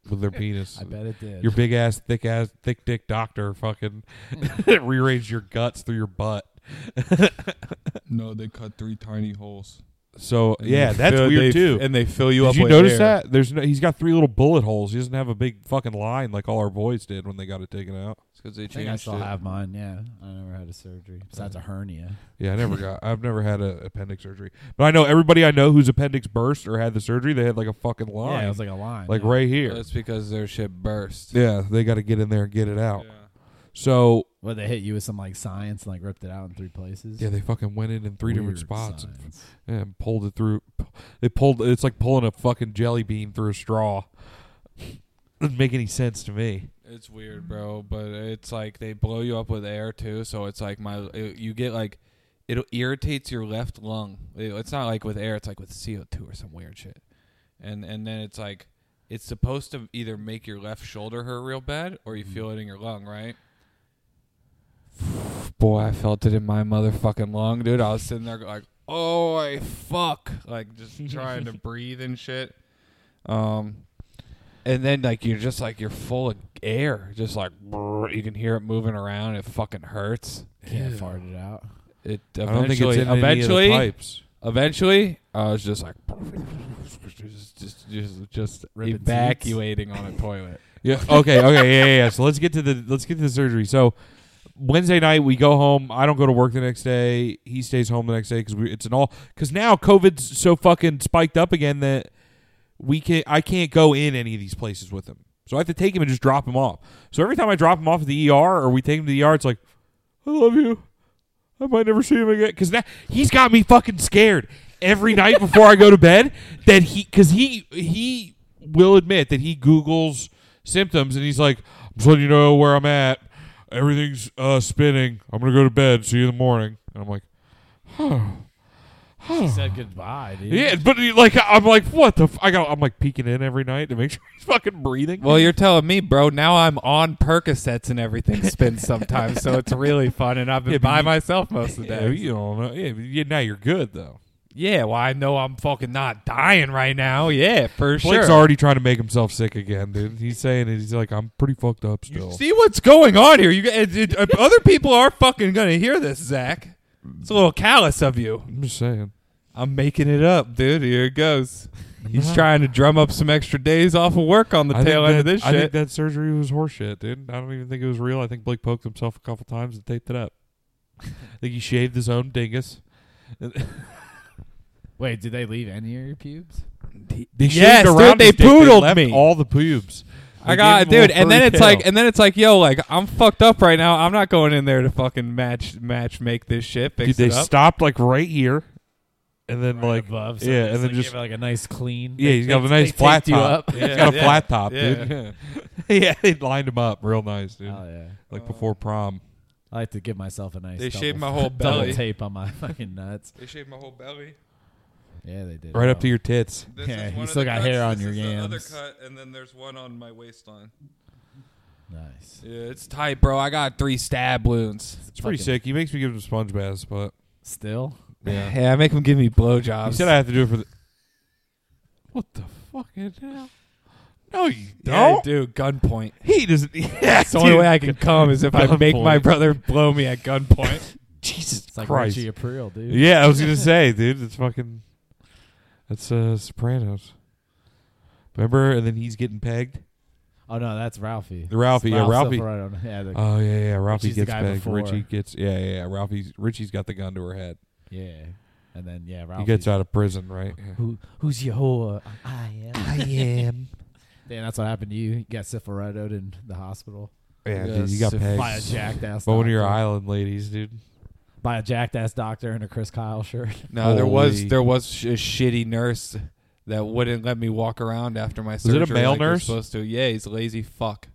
Speaker 2: with their penis.
Speaker 1: I bet it did.
Speaker 2: Your big ass, thick ass, thick dick doctor fucking rearranged your guts through your butt.
Speaker 3: No, they cut three tiny holes.
Speaker 2: So yeah, that's weird too.
Speaker 3: And they fill you up.
Speaker 2: Did you
Speaker 3: with
Speaker 2: notice
Speaker 3: air.
Speaker 2: that? There's no, he's got three little bullet holes. He doesn't have a big fucking line like all our boys did when they got it taken out.
Speaker 5: Because they
Speaker 1: I think I still have mine. Yeah, I never had a surgery besides a hernia.
Speaker 2: Yeah, I never got. I've never had a appendix surgery, but I know everybody I know whose appendix burst or had the surgery. They had like a fucking line,
Speaker 1: Yeah, it was like a line.
Speaker 2: like
Speaker 1: yeah.
Speaker 2: right here.
Speaker 5: That's because their shit burst.
Speaker 2: yeah, they got to get in there and get it out. So
Speaker 1: Where they hit you with some like science and like ripped it out in three places.
Speaker 2: yeah, they fucking went in in three different
Speaker 1: Weird
Speaker 2: spots and,
Speaker 1: science.
Speaker 2: yeah, and pulled it through. They pulled. It's like pulling a fucking jelly bean through a straw. Doesn't make any sense to me.
Speaker 5: It's weird, bro, but it's like they blow you up with air too, so it's like my you get like
Speaker 3: it irritates your left lung. It- It's not like with air; it's like with CO two or some weird shit. And and then it's like it's supposed to either make your left shoulder hurt real bad or you feel it in your lung, right? Boy, I felt it in my motherfucking lung, dude. I was sitting there like, oh, I fuck, like just trying to breathe and shit. Um, and then like you're just like you're full of air, just like brrr, you can hear it moving around. It fucking hurts.
Speaker 1: Can't fart it out.
Speaker 3: It
Speaker 2: I
Speaker 3: eventually,
Speaker 2: don't think it's in
Speaker 3: eventually,
Speaker 2: any of the pipes.
Speaker 3: eventually, I was just like, just, just, just, just
Speaker 1: Ripping
Speaker 3: evacuating on a toilet.
Speaker 2: Yeah. Okay. Okay. Yeah, yeah. Yeah. So let's get to the let's get to the surgery. So Wednesday night we go home. I don't go to work the next day. He stays home the next day because it's an all because now COVID's so fucking spiked up again that we can I can't go in any of these places with him. So I have to take him and just drop him off. So every time I drop him off at the ER or we take him to the ER, it's like, I love you. I might never see him again because now he's got me fucking scared every night before I go to bed that he because he he will admit that he googles symptoms and he's like I'm just letting you know where I'm at everything's uh, spinning I'm gonna go to bed see you in the morning and I'm like
Speaker 1: She said goodbye, dude.
Speaker 2: yeah but he- like I'm like what the f-? I got I'm like peeking in every night to make sure he's fucking breathing
Speaker 5: Well, you're telling me, bro. Now I'm on Percocets and everything spins sometimes, so it's really fun. And I've been
Speaker 2: Yeah, but
Speaker 5: by
Speaker 2: you-
Speaker 5: myself most of the
Speaker 2: yeah,
Speaker 5: day.
Speaker 2: you don't know yeah, but yeah now you're good though
Speaker 5: Yeah, well, I know I'm fucking not dying right now. Yeah, for
Speaker 2: Blake's
Speaker 5: sure.
Speaker 2: already trying to make himself sick again dude he's saying it he's like I'm pretty fucked up still
Speaker 5: you see what's going on here? You g- it, it, uh, other people are fucking gonna hear this, Zach. It's a little callous of you.
Speaker 2: I'm just saying.
Speaker 5: I'm making it up, dude. Here it goes. He's trying to drum up some extra days off of work on the
Speaker 2: I
Speaker 5: tail
Speaker 2: think
Speaker 5: end of
Speaker 2: that-
Speaker 5: this
Speaker 2: I think
Speaker 5: shit.
Speaker 2: that surgery was horseshit, dude. I don't even think it was real. I think Blake poked himself a couple times and taped it up. I think he shaved his own dingus.
Speaker 1: Wait, did they leave any of your pubes?
Speaker 2: They
Speaker 5: Yes, dude, they
Speaker 2: his dick.
Speaker 5: poodled
Speaker 2: left
Speaker 5: me.
Speaker 2: all the pubes.
Speaker 5: I
Speaker 2: They
Speaker 5: got
Speaker 2: gave him a
Speaker 5: dude,
Speaker 2: little
Speaker 5: and then
Speaker 2: furry
Speaker 5: it's like,
Speaker 2: tail.
Speaker 5: and then it's like, yo, like I'm fucked up right now. I'm not going in there to fucking match match make this shit. Fix
Speaker 2: dude, they
Speaker 5: it up.
Speaker 2: stopped like right here, and then
Speaker 1: Right
Speaker 2: like
Speaker 1: above,
Speaker 2: yeah,
Speaker 1: they
Speaker 2: and then
Speaker 1: like,
Speaker 2: just-
Speaker 1: give it, like a nice clean.
Speaker 2: yeah,
Speaker 1: they-
Speaker 2: he's got
Speaker 1: they-
Speaker 2: a nice
Speaker 1: they
Speaker 2: flat
Speaker 1: taped you
Speaker 2: top.
Speaker 1: up.
Speaker 2: He's got a
Speaker 5: Yeah.
Speaker 2: flat top,
Speaker 5: Yeah. Uh,
Speaker 2: dude. yeah, they lined him up real nice, dude.
Speaker 1: Oh yeah,
Speaker 2: like before prom.
Speaker 1: I like to give myself a nice.
Speaker 5: They
Speaker 1: double,
Speaker 5: shaved my whole
Speaker 1: double
Speaker 5: belly.
Speaker 1: tape on my fucking nuts.
Speaker 3: They shaved my whole belly.
Speaker 1: Yeah, they did.
Speaker 2: Right up to your tits.
Speaker 3: This
Speaker 1: Yeah,
Speaker 3: is
Speaker 1: you
Speaker 3: one of
Speaker 1: still
Speaker 3: the
Speaker 1: got
Speaker 3: cuts,
Speaker 1: hair on
Speaker 3: this
Speaker 1: your
Speaker 3: is the other
Speaker 1: yams.
Speaker 3: cut, and then there's one on my waistline.
Speaker 1: nice.
Speaker 3: Yeah, it's tight, bro. I got three stab wounds.
Speaker 2: It's pretty
Speaker 1: Fucking-
Speaker 2: sick. He makes me give him sponge baths, but
Speaker 1: Still,
Speaker 5: Yeah, I make them give me blowjobs.
Speaker 2: You said I have to do it for the. What the fucking hell? No, you
Speaker 5: yeah, I
Speaker 2: don't.
Speaker 5: do gunpoint.
Speaker 2: he doesn't. Yeah,
Speaker 5: It's the only
Speaker 2: dude.
Speaker 5: way I can come is if I make my
Speaker 2: Gunpoint.
Speaker 5: brother blow me at gunpoint.
Speaker 2: Jesus
Speaker 1: it's like
Speaker 2: Christ.
Speaker 1: Richie April, dude.
Speaker 2: Yeah, I was gonna say, dude, it's fucking. That's uh, Sopranos. Remember, and then he's getting pegged.
Speaker 1: Oh no, that's Ralphie.
Speaker 2: The Ralphie, yeah,
Speaker 1: Ralph
Speaker 2: Ralphie.
Speaker 1: Silverado. Yeah, the,
Speaker 2: Oh yeah, yeah. Ralphie
Speaker 1: Richie's the
Speaker 2: gets
Speaker 1: guy
Speaker 2: pegged.
Speaker 1: before.
Speaker 2: Richie gets. Yeah, yeah. yeah. Ralphie's Richie's got the gun to her head.
Speaker 1: yeah. And then yeah,
Speaker 2: He
Speaker 1: Ralphie.
Speaker 2: gets out of prison, right? Yeah.
Speaker 1: Who, who's your whore? I am.
Speaker 2: I am.
Speaker 1: Damn, that's what happened to you. You got syphilitoed in the hospital
Speaker 2: Yeah,
Speaker 3: Yeah,
Speaker 2: dude, you got
Speaker 3: so
Speaker 2: pegged.
Speaker 1: by a jacked ass.
Speaker 2: By one of your
Speaker 1: doctor.
Speaker 2: island ladies, dude.
Speaker 1: By a jacked ass doctor in a Chris Kyle shirt.
Speaker 5: No, there was
Speaker 2: Holy.
Speaker 5: there was sh- a shitty nurse that wouldn't let me walk around after my
Speaker 2: it a
Speaker 5: surgery.
Speaker 2: male
Speaker 5: like you're
Speaker 2: nurse?
Speaker 5: Supposed to? Yeah, he's a lazy fuck.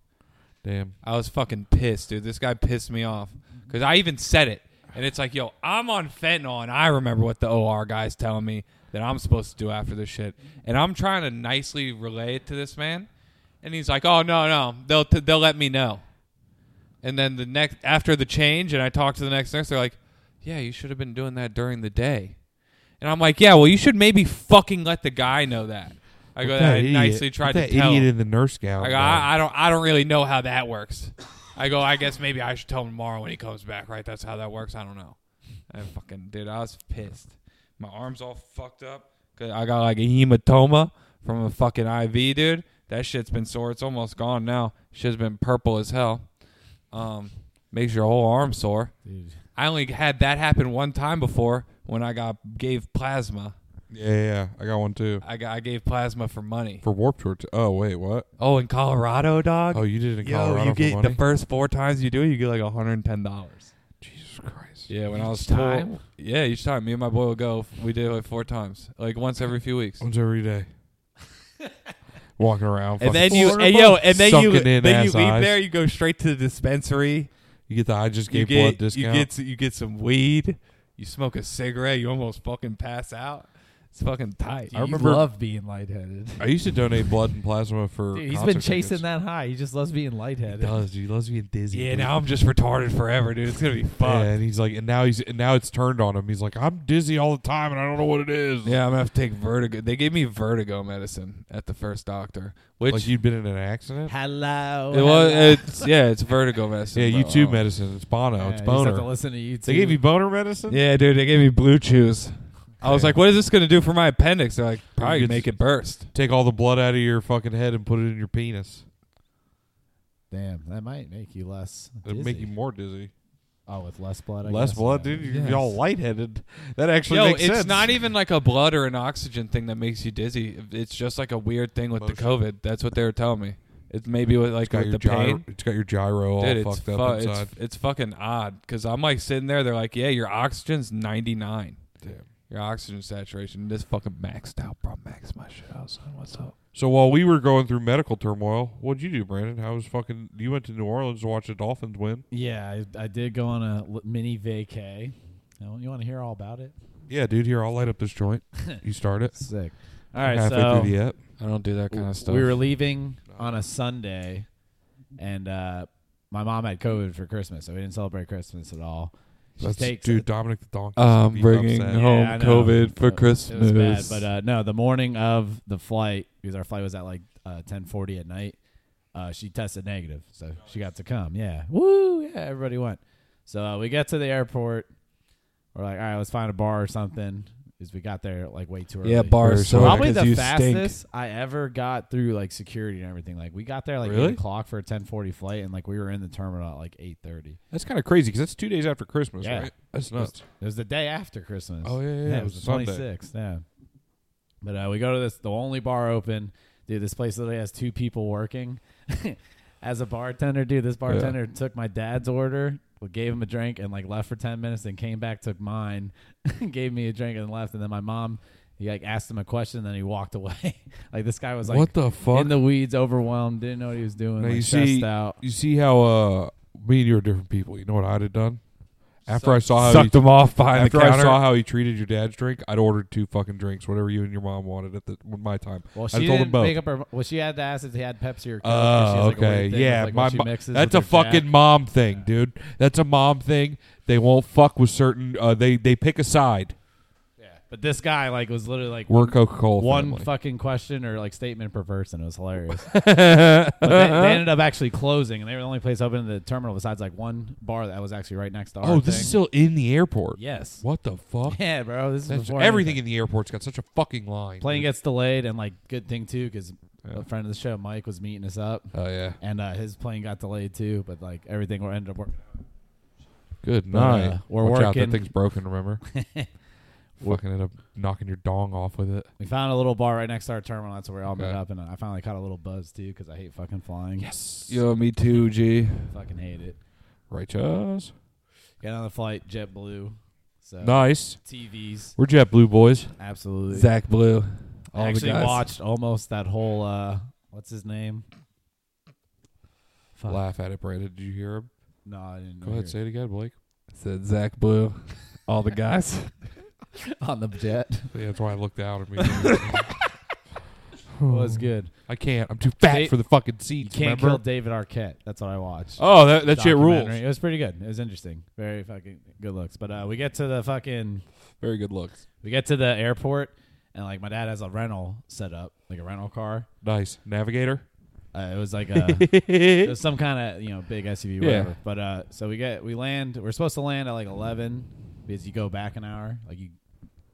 Speaker 2: Damn.
Speaker 5: I was fucking pissed, dude. This guy pissed me off because I even said it, and it's like, yo, I'm on fentanyl, and I remember what the OR guy's telling me that I'm supposed to do after this shit, and I'm trying to nicely relay it to this man, and he's like, oh no, no, they'll t- they'll let me know, and then the next after the change, and I talk to the next nurse, they're like, yeah, you should have been doing that during the day, and I'm like, yeah, well, you should maybe fucking let the guy know that. I go,
Speaker 2: What
Speaker 5: I
Speaker 2: idiot-
Speaker 5: nicely
Speaker 2: what
Speaker 5: tried
Speaker 2: that
Speaker 5: to tell.
Speaker 2: idiot
Speaker 5: him."
Speaker 2: in the nurse gown.
Speaker 5: I go,
Speaker 2: done?
Speaker 5: I, I don't I don't really know how that works. I go, I guess maybe I should tell him tomorrow when he comes back, right? That's how that works. I don't know. I fucking dude, I was pissed. My arms all fucked up. 'Cause I got like a hematoma from a fucking IV, dude. That shit's been sore. It's almost gone now. Shit's been purple as hell. Um, makes your whole arm sore.
Speaker 1: Dude,
Speaker 5: I only had that happen one time before when I got gave plasma.
Speaker 2: Yeah, yeah, yeah. I got one too.
Speaker 5: I got I gave plasma for money.
Speaker 2: For warp tour. Too. Oh wait, what?
Speaker 5: Oh, in Colorado, dog.
Speaker 2: Oh, you did it in
Speaker 5: Yo,
Speaker 2: Colorado
Speaker 5: you get
Speaker 2: for
Speaker 5: the
Speaker 2: money.
Speaker 5: first four times you do it, you get like hundred and ten dollars.
Speaker 2: Jesus Christ.
Speaker 5: Yeah, when I was
Speaker 1: Each time?
Speaker 5: full- yeah, each time me and my boy would go. We did it like four times, like once every few weeks.
Speaker 2: Once every day. Walking around.
Speaker 5: And
Speaker 2: fucking-
Speaker 5: then you, and yo, and then you,
Speaker 2: Sucking in
Speaker 5: then you
Speaker 2: ass
Speaker 5: leave
Speaker 2: eyes.
Speaker 5: there. You go straight to the dispensary.
Speaker 2: You get the I just
Speaker 5: You
Speaker 2: gave
Speaker 5: get,
Speaker 2: blood discount.
Speaker 5: you get, s- you get some weed. You smoke a cigarette, you almost fucking pass out. It's fucking tight.
Speaker 2: I
Speaker 6: I
Speaker 2: remember-
Speaker 6: love being lightheaded.
Speaker 2: I used to donate blood and plasma for.
Speaker 6: Dude, he's
Speaker 2: concert
Speaker 6: been chasing
Speaker 2: tickets.
Speaker 6: that high. He just loves being
Speaker 2: He
Speaker 6: lightheaded.
Speaker 2: does. He loves being dizzy.
Speaker 5: Yeah,
Speaker 2: dude.
Speaker 5: now I'm just retarded forever, dude. It's gonna be
Speaker 2: Yeah,
Speaker 5: fun.
Speaker 2: and he's like, and now he's and now it's turned on him. He's like, I'm dizzy all the time, and I don't know what it is.
Speaker 5: Yeah, I'm gonna have to take vertigo. They gave me vertigo medicine at the first doctor, which
Speaker 2: like you'd been in an accident.
Speaker 6: Hello.
Speaker 5: it was. It's yeah, it's vertigo medicine.
Speaker 2: Yeah, you
Speaker 5: but,
Speaker 2: too.
Speaker 5: uh,
Speaker 2: medicine. It's Bono.
Speaker 6: Yeah,
Speaker 2: it's
Speaker 6: you just have
Speaker 2: boner.
Speaker 6: to listen to YouTube.
Speaker 2: They gave you boner medicine.
Speaker 5: Yeah, dude, they gave me blue chews. I was
Speaker 2: Yeah.
Speaker 5: like, "What is this gonna do for my appendix?" They're like, "Probably
Speaker 2: gets-
Speaker 5: make it burst."
Speaker 2: Take all the blood out of your fucking head and put it in your penis.
Speaker 1: Damn, that might make you less.
Speaker 2: It'll make
Speaker 1: dizzy.
Speaker 2: you more dizzy.
Speaker 1: Oh, with less blood. I
Speaker 2: Less
Speaker 1: guess,
Speaker 2: blood,
Speaker 1: yeah.
Speaker 2: dude. You're all lightheaded. That actually
Speaker 5: Yo,
Speaker 2: makes
Speaker 5: it's
Speaker 2: sense.
Speaker 5: not even like a blood or an oxygen thing that makes you dizzy. It's just like a weird thing with the
Speaker 2: Motion.
Speaker 5: COVID. That's what they were telling me. It's maybe with, like
Speaker 2: It's got,
Speaker 5: with
Speaker 2: your
Speaker 5: the
Speaker 2: gyro,
Speaker 5: pain.
Speaker 2: it's got your gyro all
Speaker 5: Dude, it's,
Speaker 2: fucked up
Speaker 5: fu-
Speaker 2: inside.
Speaker 5: it's it's fucking odd because I'm like sitting there. They're like, "Yeah, your oxygen's 99.
Speaker 2: Damn.
Speaker 5: Your oxygen saturation. This fucking maxed out, bro. Max my shit out, son. What's up?"
Speaker 2: So while we were going through medical turmoil, what'd you do, Brandon? How was fucking? You went to New Orleans to watch the Dolphins win.
Speaker 1: Yeah, I, I did go on a l- mini vacay. Now, You want to hear all about it?
Speaker 2: Yeah, dude. Here, I'll light up this joint. You start it.
Speaker 1: Sick. All right,
Speaker 2: Halfway
Speaker 1: so
Speaker 2: through the app.
Speaker 5: I don't do that kind of stuff.
Speaker 1: we were leaving on a Sunday, and uh, my mom had COVID for Christmas, so we didn't celebrate Christmas at all. She
Speaker 2: That's
Speaker 1: takes
Speaker 2: dude, Dominic the Donkey.
Speaker 5: I'm
Speaker 2: He's
Speaker 5: bringing
Speaker 2: upset.
Speaker 5: home
Speaker 1: I know.
Speaker 5: COVID for
Speaker 1: It was-
Speaker 5: Christmas.
Speaker 1: It was bad, but uh, no, the morning of the flight, because our flight was at like uh, ten forty at night, uh, she tested negative, so she got to come. Yeah, woo! Yeah, everybody went. So uh, we get to the airport. We're like, all right, let's find a bar or something. Because we got there like way too early.
Speaker 5: yeah, bars.
Speaker 2: so
Speaker 5: So
Speaker 1: Probably the
Speaker 5: you
Speaker 1: fastest
Speaker 5: Stink.
Speaker 1: I ever got through like security and everything. Like we got there like
Speaker 2: Really?
Speaker 1: eight o'clock for a ten forty flight, and like we were in the terminal at like eight thirty.
Speaker 2: That's kind of crazy because that's two days after Christmas,
Speaker 1: Yeah.
Speaker 2: right? That's nuts.
Speaker 1: It was the day after Christmas.
Speaker 2: Oh, yeah, yeah,
Speaker 1: yeah
Speaker 2: yeah.
Speaker 1: it was
Speaker 2: It was
Speaker 1: the
Speaker 2: Sunday.
Speaker 1: twenty sixth. Yeah, but uh, we go to this the only bar open. Dude, this place literally has two people working. As a bartender, dude, this bartender took my dad's order, gave him a drink, and like left for ten minutes, and came back, took mine, gave me a drink, and left. And then my mom, he like asked him a question, then he walked away. like this guy was like,
Speaker 2: what the fuck?
Speaker 1: in the weeds, overwhelmed, didn't know what he was doing,
Speaker 2: Now
Speaker 1: like
Speaker 2: you see-
Speaker 1: stressed out.
Speaker 2: you see how uh, me and you are different people. You know what I'd have done after I saw how
Speaker 5: Sucked
Speaker 2: he,
Speaker 5: them off behind
Speaker 2: after
Speaker 5: the
Speaker 2: I
Speaker 5: counter.
Speaker 2: saw how he treated your dad's drink. I'd ordered two fucking drinks, whatever you and your mom wanted at the when my time.
Speaker 1: Well,
Speaker 2: I'd
Speaker 1: she
Speaker 2: have told them
Speaker 1: didn't
Speaker 2: both.
Speaker 1: make up her. Well, she had to ask if they had Pepsi or Coke. 'cause she
Speaker 2: Oh,
Speaker 1: has, like, a
Speaker 2: okay,
Speaker 1: weird thing
Speaker 2: yeah.
Speaker 1: with, like,
Speaker 2: my
Speaker 1: what she
Speaker 2: mo-
Speaker 1: mixes
Speaker 2: that's a
Speaker 1: with her dad.
Speaker 2: fucking mom thing, dude. That's a mom thing. They won't fuck with certain. Uh, they they pick a side.
Speaker 1: But this guy like was literally like
Speaker 2: We're Coca Cola.
Speaker 1: one
Speaker 2: family.
Speaker 1: fucking question or like statement per person. It was hilarious. but they, they ended up actually closing, and they were the only place open in the terminal besides like one bar that was actually right next to our.
Speaker 2: Oh, this
Speaker 1: thing.
Speaker 2: is still in the airport.
Speaker 1: yes.
Speaker 2: What the fuck?
Speaker 1: Yeah, bro. This is
Speaker 2: That's
Speaker 1: before
Speaker 2: everything
Speaker 1: anything.
Speaker 2: in the airport's got such a fucking line.
Speaker 1: Plane
Speaker 2: dude.
Speaker 1: gets delayed, and like good thing too, because a friend of the show, Mike, was meeting us up,
Speaker 2: Oh yeah.
Speaker 1: and uh, his plane got delayed too. But like everything ended up working.
Speaker 2: Good
Speaker 1: But, uh,
Speaker 2: night.
Speaker 1: we're
Speaker 2: Watch out, that
Speaker 1: working.
Speaker 2: thing's broken. Remember, fucking end up knocking your dong off with it.
Speaker 1: We found a little bar right next to our terminal. That's where we all met
Speaker 2: Okay.
Speaker 1: up, and I finally caught a little buzz too because I hate fucking flying.
Speaker 2: Yes.
Speaker 5: Yo, me too, G.
Speaker 1: fucking hate it.
Speaker 2: Righteous.
Speaker 1: Get on the flight, JetBlue. So
Speaker 2: Nice.
Speaker 1: TVs,
Speaker 2: We're JetBlue boys.
Speaker 1: absolutely.
Speaker 5: Zach Blue. All
Speaker 1: I actually
Speaker 5: the guys.
Speaker 1: watched almost that whole. uh What's his name? Fuck.
Speaker 2: Laugh at it, Brandon. Did you hear him?
Speaker 1: No, I didn't.
Speaker 2: Go ahead, say it again, Blake.
Speaker 5: Said Zach Blue. All the guys.
Speaker 1: on the jet.
Speaker 2: Yeah, that's why I looked out immediately.
Speaker 1: was good.
Speaker 2: I can't. I'm too fat
Speaker 1: They-
Speaker 2: for the fucking
Speaker 1: You
Speaker 2: seats.
Speaker 1: can't kill
Speaker 2: remember?
Speaker 1: David Arquette. That's what I watched.
Speaker 2: oh, that that shit
Speaker 1: Documentary.
Speaker 2: rules.
Speaker 1: It was pretty good. It was interesting. Very fucking good looks. But uh, we get to the fucking
Speaker 2: Very good looks.
Speaker 1: we get to the airport and like my dad has a rental set up, like a rental car.
Speaker 2: Nice navigator.
Speaker 1: Uh, it was like a it was some kind of you know big SUV, whatever.
Speaker 2: Yeah.
Speaker 1: But uh, so we get we land. We're supposed to land at like eleven because you go back an hour. Like you,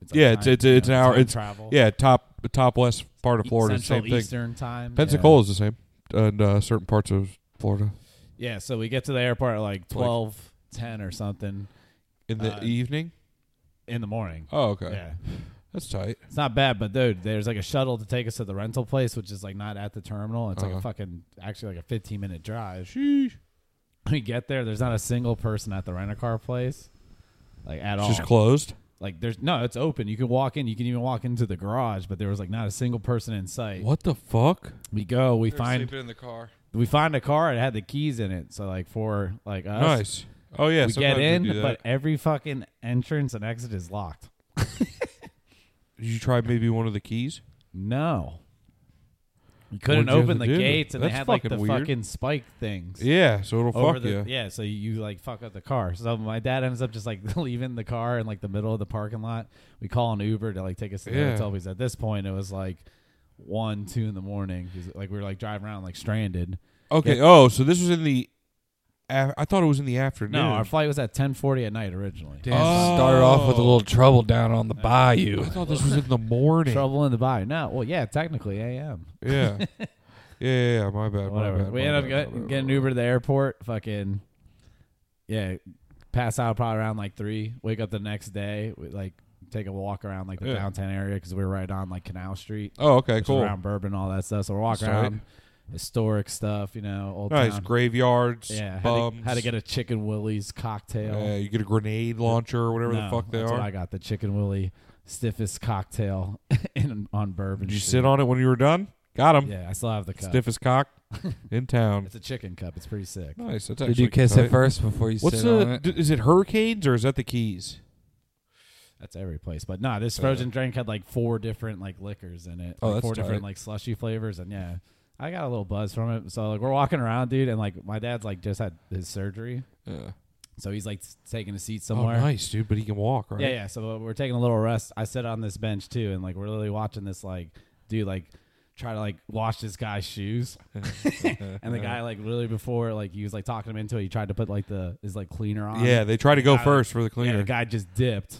Speaker 1: it's
Speaker 2: Yeah, it's- it's- it's an hour-
Speaker 1: time
Speaker 2: it's-
Speaker 1: travel.
Speaker 2: Yeah, top top west part of
Speaker 1: E-
Speaker 2: Florida.
Speaker 1: Oh. Central
Speaker 2: same thing.
Speaker 1: Eastern time.
Speaker 2: Pensacola is the same, and uh, certain parts of Florida
Speaker 1: Yeah. Yeah, so we get to the airport at like 12, 10 or something
Speaker 2: in the
Speaker 1: Uh,
Speaker 2: evening.
Speaker 1: in the morning.
Speaker 2: Oh, okay,
Speaker 1: Yeah,
Speaker 2: that's tight.
Speaker 1: it's not bad, but dude, there's like a shuttle to take us to the rental place, which is like not at the terminal. It's like
Speaker 2: Uh-huh.
Speaker 1: a fucking actually like a fifteen minute drive. We get there. There's not a single person at the rent a car place, like at
Speaker 2: It's
Speaker 1: all.
Speaker 2: just closed.
Speaker 1: Like there's no, it's open. You can walk in. You can even walk into the garage, but there was like not a single person in sight.
Speaker 2: What the fuck?
Speaker 1: We go, we find
Speaker 5: in the car.
Speaker 1: we find a car. It had the keys in it. So like for like us,
Speaker 2: Nice. Oh yeah,
Speaker 1: we get
Speaker 2: sometimes we
Speaker 1: in,
Speaker 2: do
Speaker 1: but
Speaker 2: that.
Speaker 1: every fucking entrance and exit is locked.
Speaker 2: Did you try maybe one of the keys?
Speaker 1: No. You couldn't
Speaker 2: What'd you have
Speaker 1: open
Speaker 2: to
Speaker 1: the
Speaker 2: do?
Speaker 1: gates, and
Speaker 2: That's
Speaker 1: they had like the
Speaker 2: fucking weird.
Speaker 1: fucking spike things.
Speaker 2: Yeah, so it'll
Speaker 1: over
Speaker 2: fuck
Speaker 1: the,
Speaker 2: you.
Speaker 1: Yeah, so you like fuck up the car. So my dad ends up just like leaving the car in like the middle of the parking lot. We call an Uber to like take us to the
Speaker 2: Yeah.
Speaker 1: hotel because at this point it was like one, two in the morning. 'cause, like we were like driving around like stranded.
Speaker 2: Okay. Oh, so this was in the. a- I thought it was in the afternoon.
Speaker 1: No, our flight was at ten forty at night originally.
Speaker 5: Damn,
Speaker 2: Oh,
Speaker 5: started off with a little trouble down on the bayou.
Speaker 2: I thought this was in the morning.
Speaker 1: Trouble in the bay. No, well, yeah, technically a.m.
Speaker 2: Yeah. yeah, yeah, yeah, My bad. my
Speaker 1: Whatever.
Speaker 2: bad,
Speaker 1: We
Speaker 2: my
Speaker 1: end up
Speaker 2: bad,
Speaker 1: get-
Speaker 2: my bad,
Speaker 1: getting
Speaker 2: my
Speaker 1: Uber to the airport. Fucking yeah, pass out probably around like three. Wake up the next day. We like take a walk around like the
Speaker 2: Yeah.
Speaker 1: downtown area because we were right on like Canal Street.
Speaker 2: bad. Oh, okay,
Speaker 1: which is
Speaker 2: cool.
Speaker 1: around bourbon, all that stuff. So we're walking
Speaker 2: That's right.
Speaker 1: around historic stuff, you know, old
Speaker 2: Nice
Speaker 1: town.
Speaker 2: graveyards.
Speaker 1: yeah, how
Speaker 2: bums.
Speaker 1: to, how to get a chicken Willie's cocktail.
Speaker 2: Yeah, you get a grenade launcher or whatever
Speaker 1: No,
Speaker 2: the fuck they
Speaker 1: that's
Speaker 2: are.
Speaker 1: What I got the chicken Willie stiffest cocktail in on bourbon.
Speaker 2: Did you
Speaker 1: Street.
Speaker 2: sit on it when you were done? Got him.
Speaker 1: Yeah, I still have the cup.
Speaker 2: Stiff as cock in town.
Speaker 1: It's a chicken cup. It's pretty sick.
Speaker 2: nice. That's
Speaker 5: Did you
Speaker 2: actually
Speaker 5: kiss
Speaker 2: tight.
Speaker 5: it first before you
Speaker 2: What's
Speaker 5: sit on
Speaker 2: the?
Speaker 5: it?
Speaker 2: d- Is it hurricanes or is that the keys?
Speaker 1: That's every place. But nah, this frozen drink had like four different like liquors in it.
Speaker 2: Oh,
Speaker 1: like
Speaker 2: that's
Speaker 1: four different
Speaker 2: tight.
Speaker 1: like slushy flavors and yeah. I got a little buzz from it. So like we're walking around, dude, and like my dad's like just had his surgery.
Speaker 2: Yeah.
Speaker 1: So he's like s- taking a seat
Speaker 2: Oh,
Speaker 1: Uh, somewhere.
Speaker 2: nice, dude. But he can walk, right?
Speaker 1: Yeah, yeah. So uh, we're taking a little rest. I sit on this bench too, and like we're literally watching this like dude like try to like wash this guy's shoes, and the guy like literally before like he was like talking him into it. He tried to put like the his like cleaner on.
Speaker 2: Yeah, they try to go
Speaker 1: Got it.
Speaker 2: first for the
Speaker 1: Yeah,
Speaker 2: cleaner.
Speaker 1: the guy just dipped.